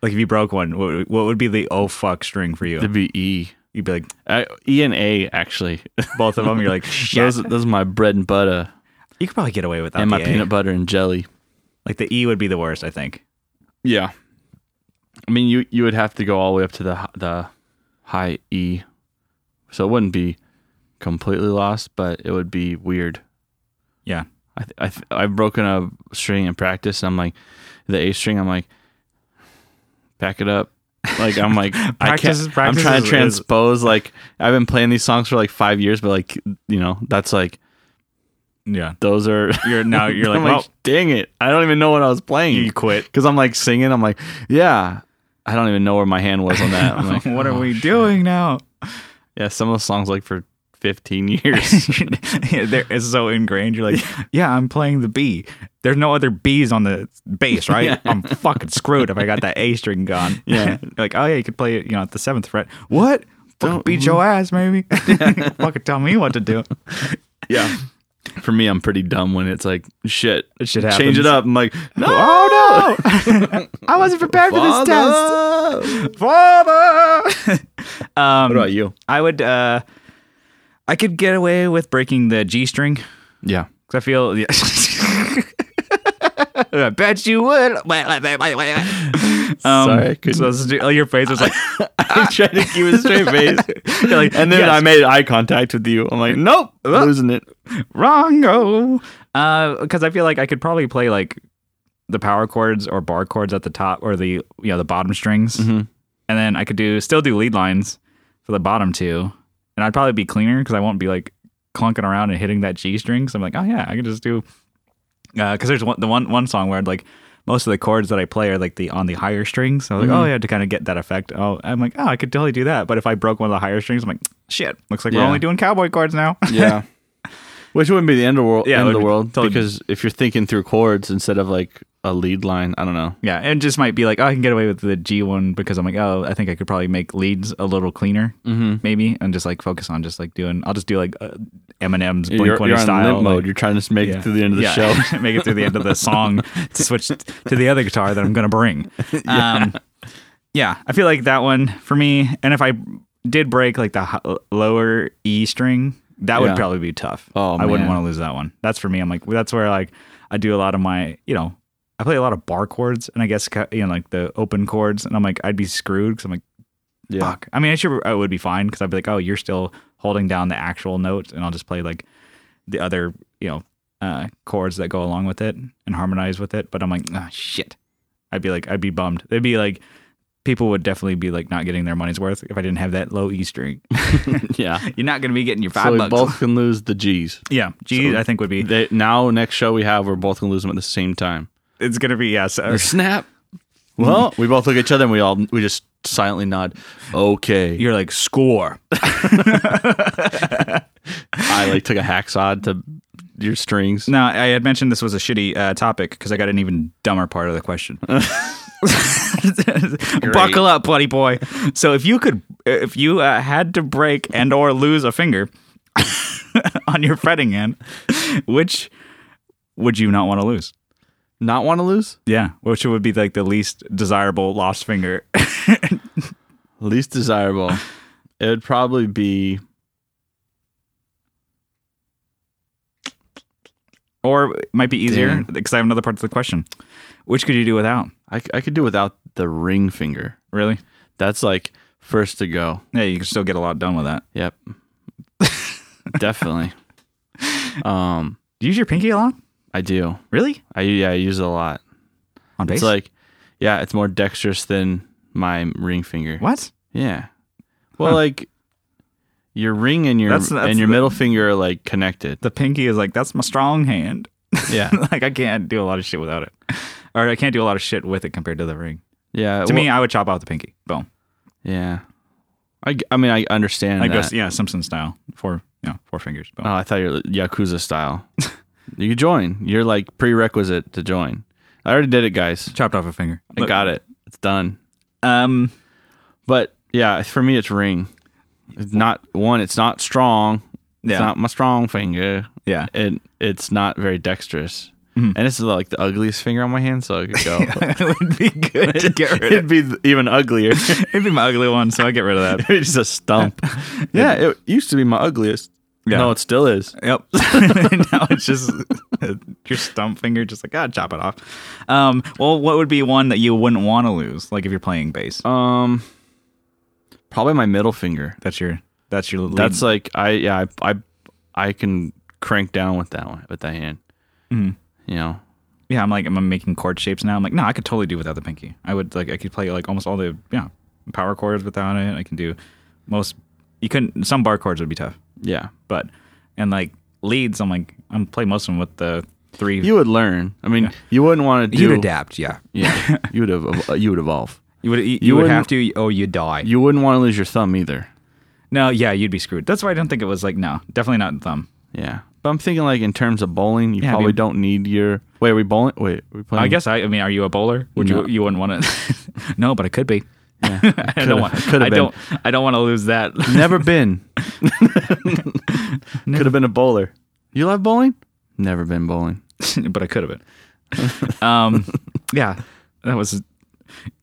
Like if you broke one, what, would- what would be the oh fuck string for you?
it'd be e
You'd be like
I, e and a actually
both of them. You're like shit.
Those, those are my bread and butter
You could probably get away with that.
and my peanut butter and jelly.
Like the E would be the worst, I think.
Yeah. I mean, you you would have to go all the way up to the hi- the high E, so it wouldn't be completely lost, but it would be weird.
Yeah.
I th- I th- I've broken a string in practice. And I'm like the A string. I'm like pack it up. Like I'm like I
Practice-
can't. I'm
practice
trying
is-
to
is-
transpose. Like I've been playing these songs for like five years, but like you know that's like
Yeah.
those are
You're now you're like,
I'm
well,
dang it. I don't even know what I was playing.
you quit.
Because I'm like singing. I'm like, yeah. I don't even know where my hand was on that. I'm like,
what are
oh,
we
sh-
doing now?
Yeah, some of the songs like for 15 years.
Yeah, there- it's so ingrained. You're like, yeah, I'm playing the B. There's no other B's on the bass, right?
Yeah.
I'm fucking screwed if I got that A string gone.
Yeah.
You're like, oh yeah, you could play it, you know, at the seventh fret. What? Fucking
Don't-
beat your ass, maybe. fucking tell me what to do.
yeah. For me, I'm pretty dumb when it's like, shit,
shit
change
happens.
it up. I'm like, no,
Oh no! I wasn't prepared for this test.
Father!
Father. um,
What about you?
I would. Uh, I could get away with breaking the G string because
Yeah.
I feel. Yeah. I bet you would. um,
Sorry, I couldn't-
so this is- oh, your face was like,
I tried to keep a straight face.
you're like,
And then
yes,
I made eye contact with you. I'm like, nope, losing it.
wrongo. Because Uh, I feel like I could probably play like the power chords or bar chords at the top or the you know the bottom strings and then I could do still do lead lines for the bottom two, and I'd probably be cleaner because I won't be like clunking around and hitting that G string. So I'm like, oh yeah, I can just do because there's one the one one song where I'd like most of the chords that I play are like the on the higher strings. So I was like, oh yeah, to kind of get that effect. Oh, I'm like, oh, I could totally do that. But if I broke one of the higher strings, I'm like, shit, looks like we're
Yeah.
only doing cowboy chords now.
Yeah.
Which wouldn't be the end of world,
Yeah, it
end of
would
the
be
world
totally-
because if you're thinking through chords instead of like a lead line, I don't know.
Yeah, and just might be like, oh, I can get away with the G one because I'm like, oh, I think I could probably make leads a little cleaner, mm-hmm. maybe, and just like focus on just like doing. I'll just do like uh, Eminem's
You're, you're
Blink One
on
style.
limp mode. You're trying to make it to the end of the show.
make it through the end of the song to switch to the other guitar that I'm gonna bring. Um, yeah, I feel like that one for me. And if I did break like the h- lower E string, that would
Yeah.
probably be tough.
Oh,
I wouldn't
man.
want to lose that one. That's for me. I'm like that's where like I do a lot of my you know I play a lot of bar chords and I guess ca- you know like the open chords and I'm like I'd be screwed because I'm like
Yeah.
fuck. I mean, I sure I would be fine because I'd be like, oh, you're still holding down the actual note, and I'll just play like the other, you know, uh, chords that go along with it and harmonize with it. But I'm like, ah, shit. I'd be like, I'd be bummed. They'd be like, people would definitely be like not getting their money's worth if I didn't have that low E string.
yeah.
you're not gonna be getting your five
So we
bucks.
both can lose the G's.
yeah, G, I think would be.
They, now next show we have, we're both gonna lose them at the same time.
It's gonna be yeah. So,
Snap. Well, we both look at each other and we all we just silently nod. Okay.
you're like score.
I like took a hacksaw to your strings.
Now, I had mentioned this was a shitty uh, topic because I got an even dumber part of the question. Buckle up, bloody boy. So, if you could, if you uh, had to break and or lose a finger on your fretting end, which would you not want to lose?
Not want to lose?
Yeah, which would be like the least desirable lost finger.
Least desirable. it would probably be
or it might be easier
Damn.
because I have another part to the question. Which could you do without?
I, I could do without the ring finger.
Really?
That's like first to go.
Yeah, you can still get a lot done with that.
Yep. Definitely. Um,
Do you use your pinky a lot?
I do.
Really?
I yeah, I use it a lot.
On bass?
It's like yeah, it's more dexterous than my ring finger.
what?
Yeah. Well,
Huh.
like your ring and your
That's- that's
and your
the-
middle finger are like connected.
the pinky is like that's my strong hand.
Yeah.
like I can't do a lot of shit without it, or I can't do a lot of shit with it compared to the ring.
Yeah.
To
well-
me, I would chop out the pinky. Boom.
yeah. I, g- I mean I understand.
I
that.
guess yeah, Simpson style. Four, you know, four fingers. Boom.
Oh, I thought you're Yakuza style. you can join. You're like prerequisite to join. I already did it, guys.
Chopped off a finger.
I got it. It's done.
Um,
But yeah, for me, it's ring. It's not one. It's not strong.
Yeah.
It's not my strong finger.
yeah.
It it's not very dexterous.
Mm-hmm.
And it's like the ugliest finger on my hand, so I could go.
it would be good to get rid of.
It'd be even uglier.
It'd be my ugly one, so I get rid of that.
it's just a stump. yeah, it used to be my ugliest.
Yeah.
No, it still is.
Yep. now it's just your stump finger, just like ah, chop it off. Um, well, what would be one that you wouldn't want to lose? Like if you're playing bass,
Um, probably my middle finger.
that's your that's your lead
That's like I yeah I I, I can crank down with that one with that hand.
Mm-hmm.
You know.
yeah, I'm like I'm making chord shapes now. I'm like, no, I could totally do without the pinky. I would like I could play like almost all the yeah power chords without it. I can do most. You couldn't some bar chords would be tough,
Yeah.
but and like leads, I'm like I'm play most of them with the three.
You would learn. I mean, you wouldn't want to do.
adapt, yeah.
Yeah. You would ev- you would evolve.
You would you, you,
You
would
wouldn't-
have to. Oh, you die.
You wouldn't want to lose your thumb either.
no, yeah, you'd be screwed. That's why I don't think it was like no, definitely not thumb.
Yeah. But I'm thinking like in terms of bowling, you
I
probably
mean-
don't need your. Wait, are we bowling? Wait, are we playing?
I guess I. I mean, are you a bowler? Would
Mm. No.
you you wouldn't want to? no, but I could be.
Yeah.
I don't
Could've-
want.
could've
I
been.
don't. I don't want to lose that.
Never been. Could have been a bowler. You love bowling? Never been bowling.
but I could have been. Um, yeah, that was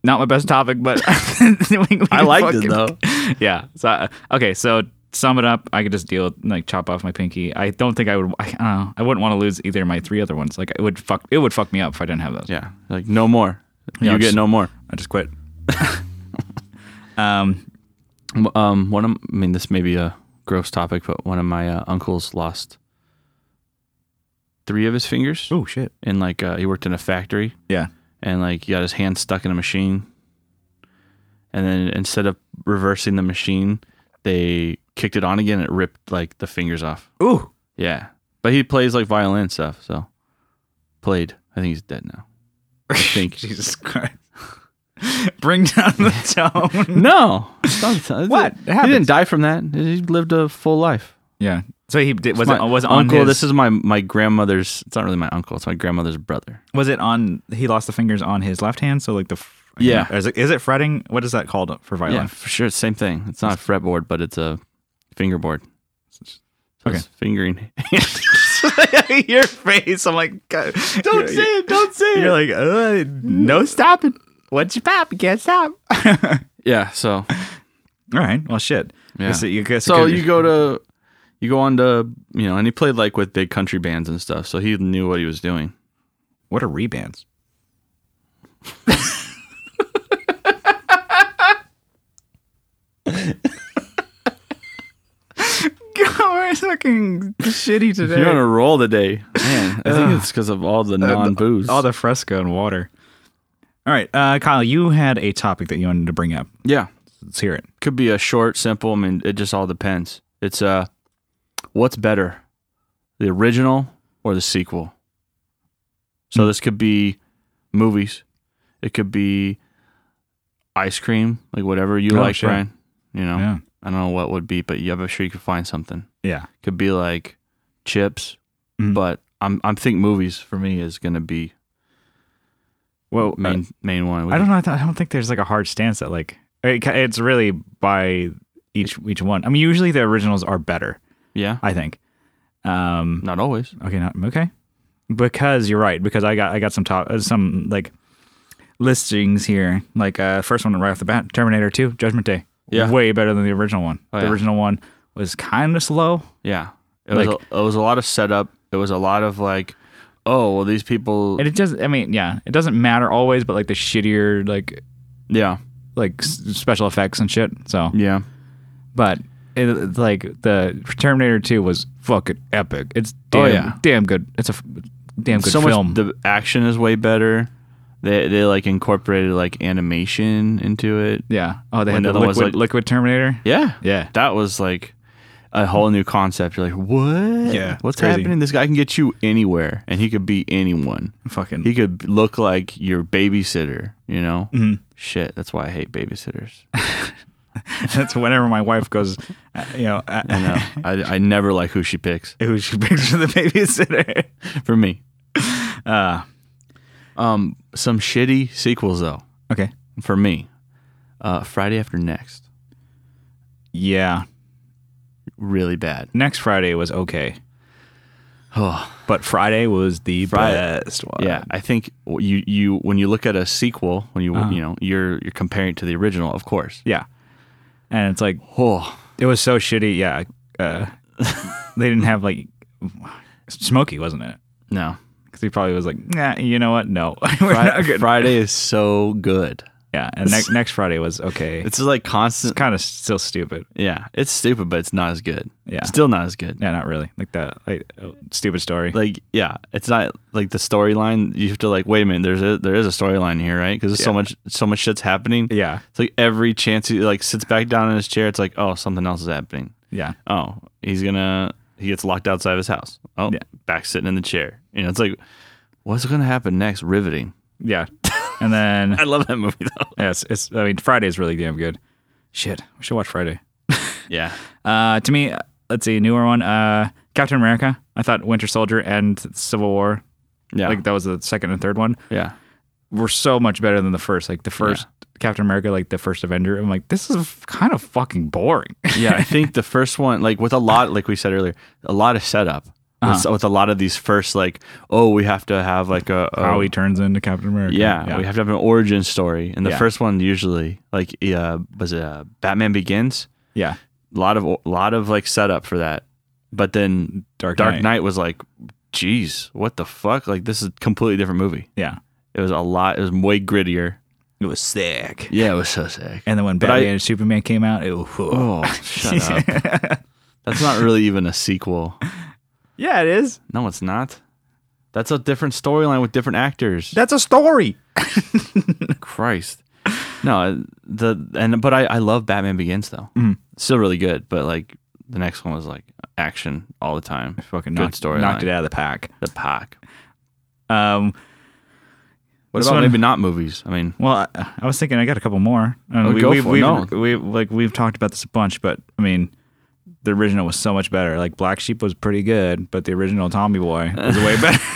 not my best topic, but we- we
I liked it
fucking-
though.
Yeah. So I- okay, so sum it up. I could just deal like chop off my pinky. I don't think I would. I, I don't know, I wouldn't want to lose either of my three other ones. Like it would fuck. It would fuck me up if I didn't have those.
Yeah. Like no more.
Yeah,
you
just-
get no more.
I just quit. um.
Um, one of I mean, this may be a gross topic, but one of my uh, uncles lost three of his fingers,
Oh shit.
and like uh, he worked in a factory,
Yeah.
and like he got his hand stuck in a machine, and then instead of reversing the machine, they kicked it on again and it ripped like the fingers off.
Ooh,
Yeah. But he plays like violin stuff, so played. I think he's dead now. I think.
Jesus Christ! Bring down the tone.
no. it's not- it's-
What? It
he didn't
happens.
die from that. He lived a full life.
yeah. So he did, was it
my
was it on
uncle.
his,
This is my my grandmother's. It's not really my uncle. It's my grandmother's brother.
was it on he lost the fingers on his left hand so like the f-
Yeah.
is it, is it fretting what is that called for violin
Yeah, for sure. Same thing. It's not a fretboard, but it's a fingerboard. So
Okay.
it's fingering.
your face. I'm like, God. You're-
it. Don't say
You're like, uh, no stopping. Once you pop, you can't stop. All
Yeah. So
right. Well, shit.
Yeah.
Guess it- you guess it
so
could-
you go to you go on to you know, and he played like with big country bands and stuff. So he knew what he was doing.
What are rebands? God, we're fucking shitty today.
You're on a roll today, man. I think it's because of all the non booze.
Uh, All the fresco and water. All right, uh, Kyle, you had a topic that you wanted to bring up.
yeah,
Let's hear it.
could be a short, simple. I mean, it just all depends. It's uh, what's better, the original or the sequel?
Hmm.
So this could be movies. It could be ice cream, like whatever you
Oh,
like,
sure.
Brian. You know,
Yeah.
I don't know what would be, but yeah, I'm sure you could find something.
Yeah.
could be like chips,
Mhm.
but I'm I'm think movies for me is gonna be
Well, uh,
main main one.
I don't know. I, th- I don't think there's like a hard stance that like it, ca- it's really by each each one. I mean, usually the originals are better.
Yeah,
I think. Um.
not always.
Okay. Not okay. Because you're right. Because I got I got some top uh, some like listings here. Like uh, first one right off the bat, Terminator Two, Judgment Day.
Yeah.
Way better than the original one.
Oh,
the
yeah.
original one was kind of slow.
Yeah, it was
Like-
a, it was a lot of setup. It was a lot of like, oh well, these people.
And it doesn't. I mean, yeah, it doesn't matter always, but like the shittier like
yeah,
like s- special effects and shit. So
yeah,
but it, it's like the Terminator 2 was fucking epic. It's damn,
Oh, yeah.
damn good. It's a f- damn good
so
film.
much. The action is way better. They they like incorporated like animation into it.
yeah. Oh, they
When
had the
the other one's
liquid,
like-
liquid Terminator.
Yeah,
Yeah.
that was like a whole new concept. You're like, what?
Yeah, it's
what's
crazy.
happening? This guy can get you anywhere, and he could be anyone.
Fucking.
He could look like your babysitter, you know?
Mm-hmm.
Shit, that's why I hate babysitters.
that's whenever my wife goes, uh, you know, uh,
I know. I, I never like who she picks
who she picks for the babysitter.
for me.
Uh,
Um, some shitty sequels, though,
okay.
for me. Uh, Friday After Next.
Yeah.
Really bad.
Next Friday was okay.
Oh,
But Friday was the
Friday.
best one.
yeah. I think you, you when you look at a sequel, when
Uh-huh.
you you know you're you're comparing it to the original, of course.
Yeah. And it's like,
Oh,
it was so shitty. Yeah. Uh, they didn't have like. Smokey, wasn't it?
no.
because he probably was like, nah, you know what? No, we're not
Fri-
good.
Friday is so good.
Yeah, and next next Friday was okay. It's
It's like constant.
kind of still stupid.
Yeah, it's stupid, but it's not as good.
Yeah.
still not as good.
Yeah, not really like that. Like uh, stupid story.
like yeah it's not like the storyline you have to like wait a minute there's a there is a storyline here right because there's so
Yeah.
much so much shit's happening
yeah,
it's like every chance he like sits back down in his chair it's like oh something else is happening
yeah,
oh he's gonna he gets locked outside of his house oh
Yeah.
back sitting in the chair you know it's like what's gonna happen next riveting
yeah. And then
i love that movie though
yes, it's, I mean Friday's really damn good. Shit, we should watch Friday.
yeah
Uh, to me, uh, let's see, newer one. Uh, Captain America. I thought Winter Soldier and Civil War.
yeah
Like that was the second and third one.
yeah
Were so much better than the first. Like the first Captain America, like the first Avenger. I'm like, this is kind of fucking boring.
yeah i think the first one like with a lot like we said earlier a lot of setup with, with a lot of these first like oh we have to have like a, a
How he turns into Captain America.
Yeah, we have to have an origin story, and the
Yeah.
first one usually, like, uh, was it uh, Batman Begins?
Yeah.
A lot of lot of like setup for that, but then Dark
Dark Knight.
Knight was like, geez, what the fuck? Like, this is a completely different movie.
Yeah.
It was a lot. It was way grittier.
It was sick.
Yeah, it was so sick.
And then when
I-
Batman and Superman came out, it was,
Oh, shut up! That's not really even a sequel.
yeah, it is.
No, it's not. That's a different storyline with different actors.
That's a story.
Christ. No, uh, the and but I, I love Batman Begins though.
Mhm.
Still really good, but like the next one was like action all the time.
Fucking
Good
knocked,
storyline.
knocked it out of the pack.
The pack.
Um,
What
This
about
one-
maybe not movies? I mean,
well, I, I was thinking I got a couple more. Uh,
Oh,
we,
go
we've,
for it.
we've,
No.
we like we've talked about this a bunch, but I mean, the original was so much better. Like Black Sheep was pretty good, but the original Tommy Boy was way better.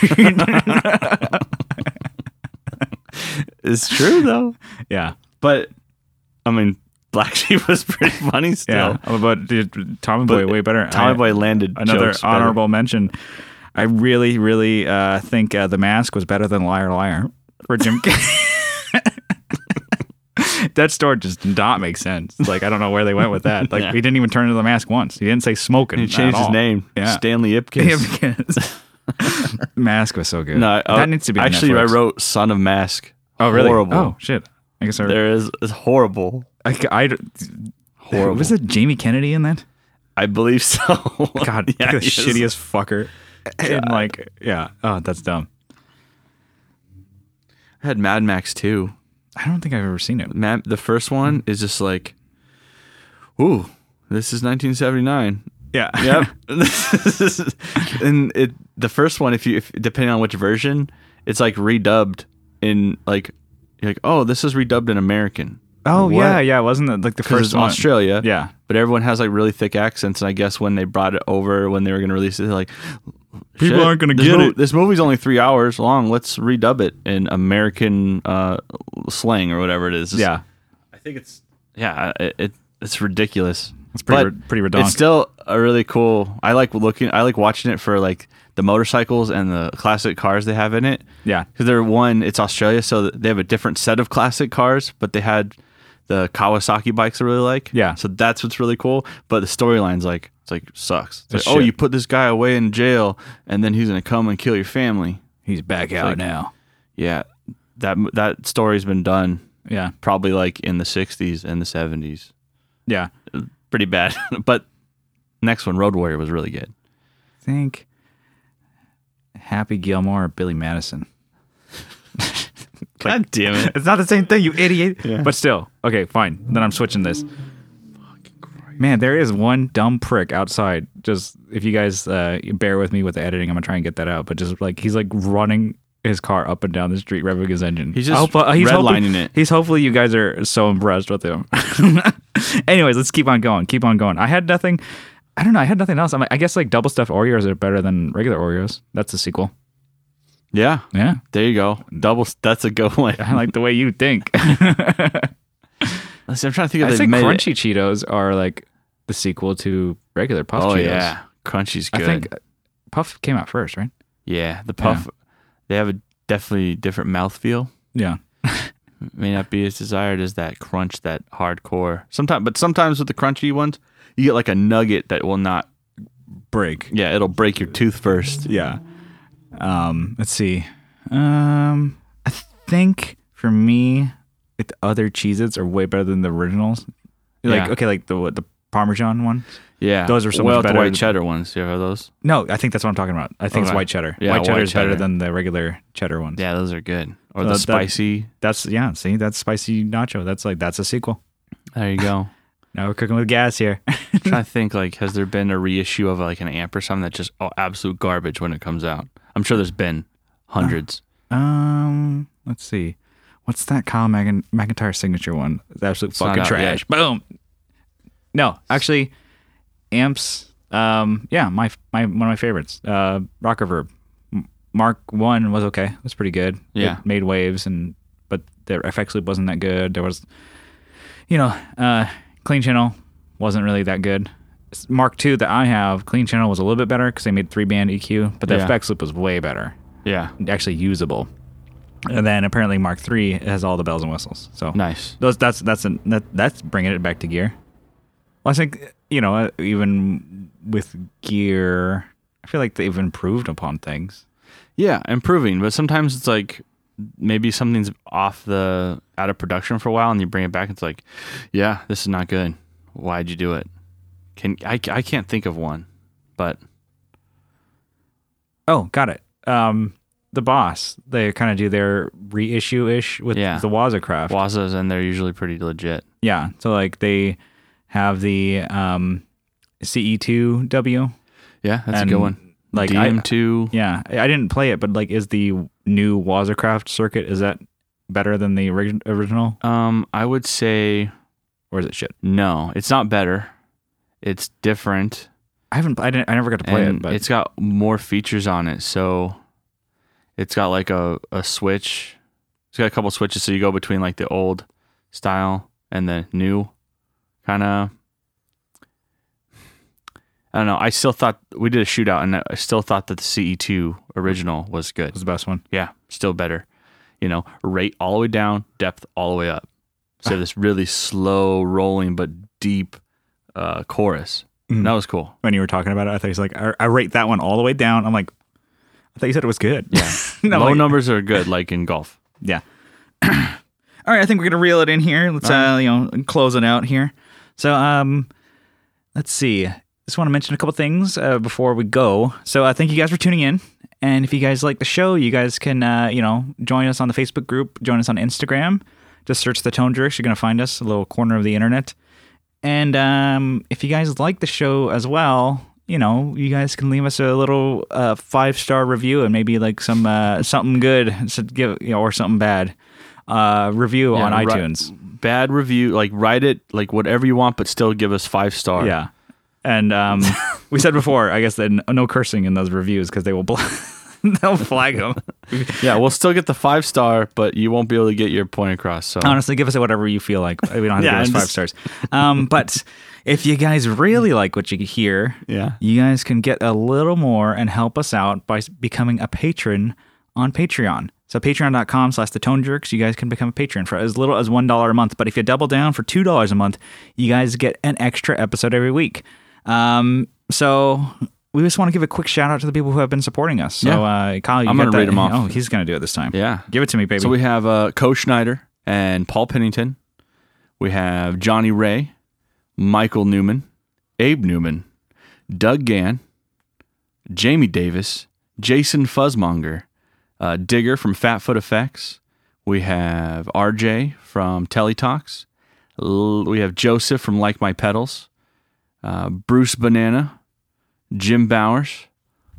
it's true though.
yeah,
But I mean, Black Sheep was pretty funny still.
yeah. But dude, Tommy Boy
But
way better.
Tommy
I-
Boy landed
another
jokes better.
honorable mention. I really, really uh, think uh, the mask was better than Liar Liar for Jim Carrey. that story just did not make sense. Like I don't know where they went with that. Like
Yeah.
he didn't even turn into the mask once. He didn't say smoking.
He changed
at
his
all.
name.
Yeah.
Stanley Ipkiss.
Yeah, because mask was so good.
No, I-
that needs to be on
actually.
Netflix.
I wrote "Son of Mask."
Oh really?
Horrible.
Oh shit. I guess I.
There is it's horrible.
I, I
Horrible.
Was it Jamie Kennedy in that?
I believe so.
God,
Yeah,
the
he is.
shittiest fucker. And like, yeah. Oh, that's dumb.
I had Mad Max too.
I don't think I've ever seen it.
Mad, the first one is just like, ooh, this is 1979.
Yeah.
Yep. This is- and it the first one, if you if depending on which version, it's like redubbed in like you're like oh this is redubbed in American.
Oh
What?
yeah, yeah. Wasn't it like the
Because
first
it's
one?
Australia.
Yeah.
But everyone has like really thick accents, and I guess when they brought it over, when they were going to release it, they're like,
People
"Shit,
aren't gonna
this
get
mo-
it."
This movie's only three hours long. Let's redub it in American uh, slang or whatever it is. It's-
Yeah.
I think it's yeah, it, it it's ridiculous. It's
pretty rid- pretty redonk.
It's still a really cool. I like looking. I like watching it for like the motorcycles and the classic cars they have in it.
Yeah.
because they're one. It's Australia, so they have a different set of classic cars, but they had the Kawasaki bikes I really like.
Yeah.
so that's what's really cool. But the storyline's like it's like sucks. It's
That's
like, oh,
shit.
you put this guy away in jail, and then he's gonna come and kill your family.
He's back out
like-
now.
Yeah, that that story's been done
Yeah.
probably like in the '60s and the '70s.
Yeah.
pretty bad. but next one, Road Warrior, was really good.
think Happy Gilmore or Billy Madison.
God damn it!
It's not the same thing, you idiot. But still, okay, fine. Then I'm switching this. Man, there is one dumb prick outside. Just if you guys uh, bear with me with the editing, I'm gonna try and get that out. But just like he's like running his car up and down the street, revving his engine.
He's just
I uh,
redlining
hoping-
it.
He's hopefully you guys are so impressed with him. Anyways, let's keep on going. Keep on going. I had nothing. I don't know. I had nothing else. I'm, I guess like double stuffed Oreos are better than regular Oreos. That's the sequel.
Yeah,
Yeah,
there you go. Double. That's a good one.
I like the way you think.
Let's see, I'm trying to think
I
of
would say
they made.
crunchy Cheetos are like the sequel to regular puff
Oh
Cheetos.
yeah, Crunchy's
I
good.
think puff came out first, right?
yeah, the puff. They have a definitely different mouthfeel.
Yeah.
May not be as desired as that crunch, that hardcore. Sometimes, but sometimes with the crunchy ones, you get like a nugget that will not.
Break.
Yeah, it'll break your tooth first.
Yeah. Um, let's see. Um, I think for me, like the other Cheez-Its are way better than the originals. Like
Yeah.
okay, like the what, the Parmesan one.
Yeah,
Those are so much
well,
better.
The white cheddar ones. You have those?
No, I think that's what I'm talking about. I think it's
Okay.
white cheddar.
Yeah,
white cheddar
white
is better
cheddar.
than the regular cheddar ones.
Yeah, those are good. Or
So
the
Uh, that-
spicy.
That's yeah. See, that's spicy nacho. That's like that's a sequel.
There you go.
Now we're cooking with gas here.
trying to think like has there been a reissue of like an amp or something that's just oh, absolute garbage when it comes out i'm sure there's been hundreds
Um, let's see. What's that Kyle Mac- McIntyre signature one? It's absolute
not
fucking
out
trash. Boom. No, actually, amps. Um, yeah, my my one of my favorites. Uh, Rocker Verb. M- Mark One was okay. It was pretty good.
Yeah.
it made waves and but the FX loop wasn't that good. There was, you know, uh, Clean Channel wasn't really that good. S- Mark Two that I have, Clean Channel was a little bit better because they made three band EQ, but the
Yeah.
FX loop was way better
yeah
actually usable. And then apparently Mark III has all the bells and whistles. So
nice
those that's that's an, that, that's bringing it back to gear. Well, I think you know uh, even with gear, I feel like they've improved upon things.
yeah improving but sometimes it's like maybe something's off the out of production for a while and you bring it back it's like yeah this is not good why'd you do it can i, I can't think of one but
Oh, got it. Um, the boss. They kind of do their reissue ish with
Yeah.
the Waza craft.
Waza's and they're usually pretty legit.
yeah. So like they have the um, CE2W.
Yeah, that's
And,
a good one.
like, I-
DM2.
Yeah, I I didn't play it, but like, is the new Wazacraft circuit is that better than the orig- original,
um, I would say
or is it shit?
no. It's not better. It's different.
I haven't. I didn't. I never got to play
and
it, but
it's got more features on it. So it's got like a, a switch. It's got a couple switches, so you go between like the old style and the new kind of. I don't know. I still thought we did a shootout, and I still thought that the CE2 original was good.
was the best one.
Yeah, still better. You know, rate all the way down, depth all the way up. So this really slow rolling but deep uh, chorus.
Mm.
That was cool.
When you were talking about it, I thought he's like, I, I rate that one all the way down. I'm like, I thought you said it was good. Yeah, no,
Low
like-
numbers are good, like in golf.
Yeah. All right, I think we're gonna reel it in here. Let's uh, you know close it out here. So um, let's see. Just want to mention a couple things uh, before we go. So uh, thank you guys for tuning in. And if you guys like the show, you guys can uh, you know join us on the Facebook group, join us on Instagram. Just search the Tone Jerks. You're gonna find us a little corner of the internet. And um, if you guys like the show as well, you know, you guys can leave us a little uh, five star review and maybe like some uh, something good so give, you know, or something bad uh, review on
ri-
iTunes.
Bad review, like write it like whatever you want, but still give us five star.
Yeah. And um, we said before, I guess that n- no cursing in those reviews because they will bl- they'll flag them.
yeah. We'll still get the five star, but you won't be able to get your point across. So
Honestly, give us whatever you feel like. We don't have to
Yeah,
give us
I'm
five
just-
stars. Um, but if you guys really like what you hear,
Yeah.
you guys can get a little more and help us out by s- becoming a patron on Patreon. So patreon.com slash the tone jerks, you guys can become a patron for as little as one dollar a month. But if you double down for two dollars a month, you guys get an extra episode every week. Um, so we just want to give a quick shout out to the people who have been supporting us. So
Yeah.
uh, Kyle, you
I'm
got
gonna
that-
read 'em off.
Oh, he's gonna do it this time.
yeah.
Give it to me, baby.
So we have uh, Co Schneider and Paul Pennington. We have Johnny Ray, Michael Newman, Abe Newman, Doug Gann, Jamie Davis, Jason Fuzzmonger, uh, Digger from Fatfoot Effects. We have RJ from Teletalks. L- we have Joseph from Like My Pedals, uh, Bruce Banana, Jim Bowers,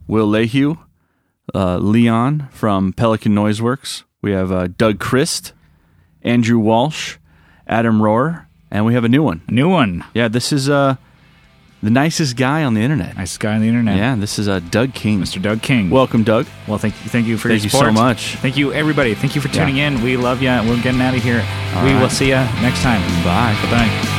Will Lehue, uh, Leon from Pelican Noise Works. We have uh, Doug Christ, Andrew Walsh, Adam Rohr, and we have a new one.
New one.
Yeah, this is uh, the nicest guy on the internet.
Nice guy on the internet.
Yeah, this is uh, Doug King.
Mr. Doug King.
Welcome, Doug.
Well, thank you, thank you for
Thank
your
you
support.
so much.
Thank you, everybody. Thank you for tuning in. We love you. We're getting out of here.
All
we
right.
will see you next time.
Bye.
Bye.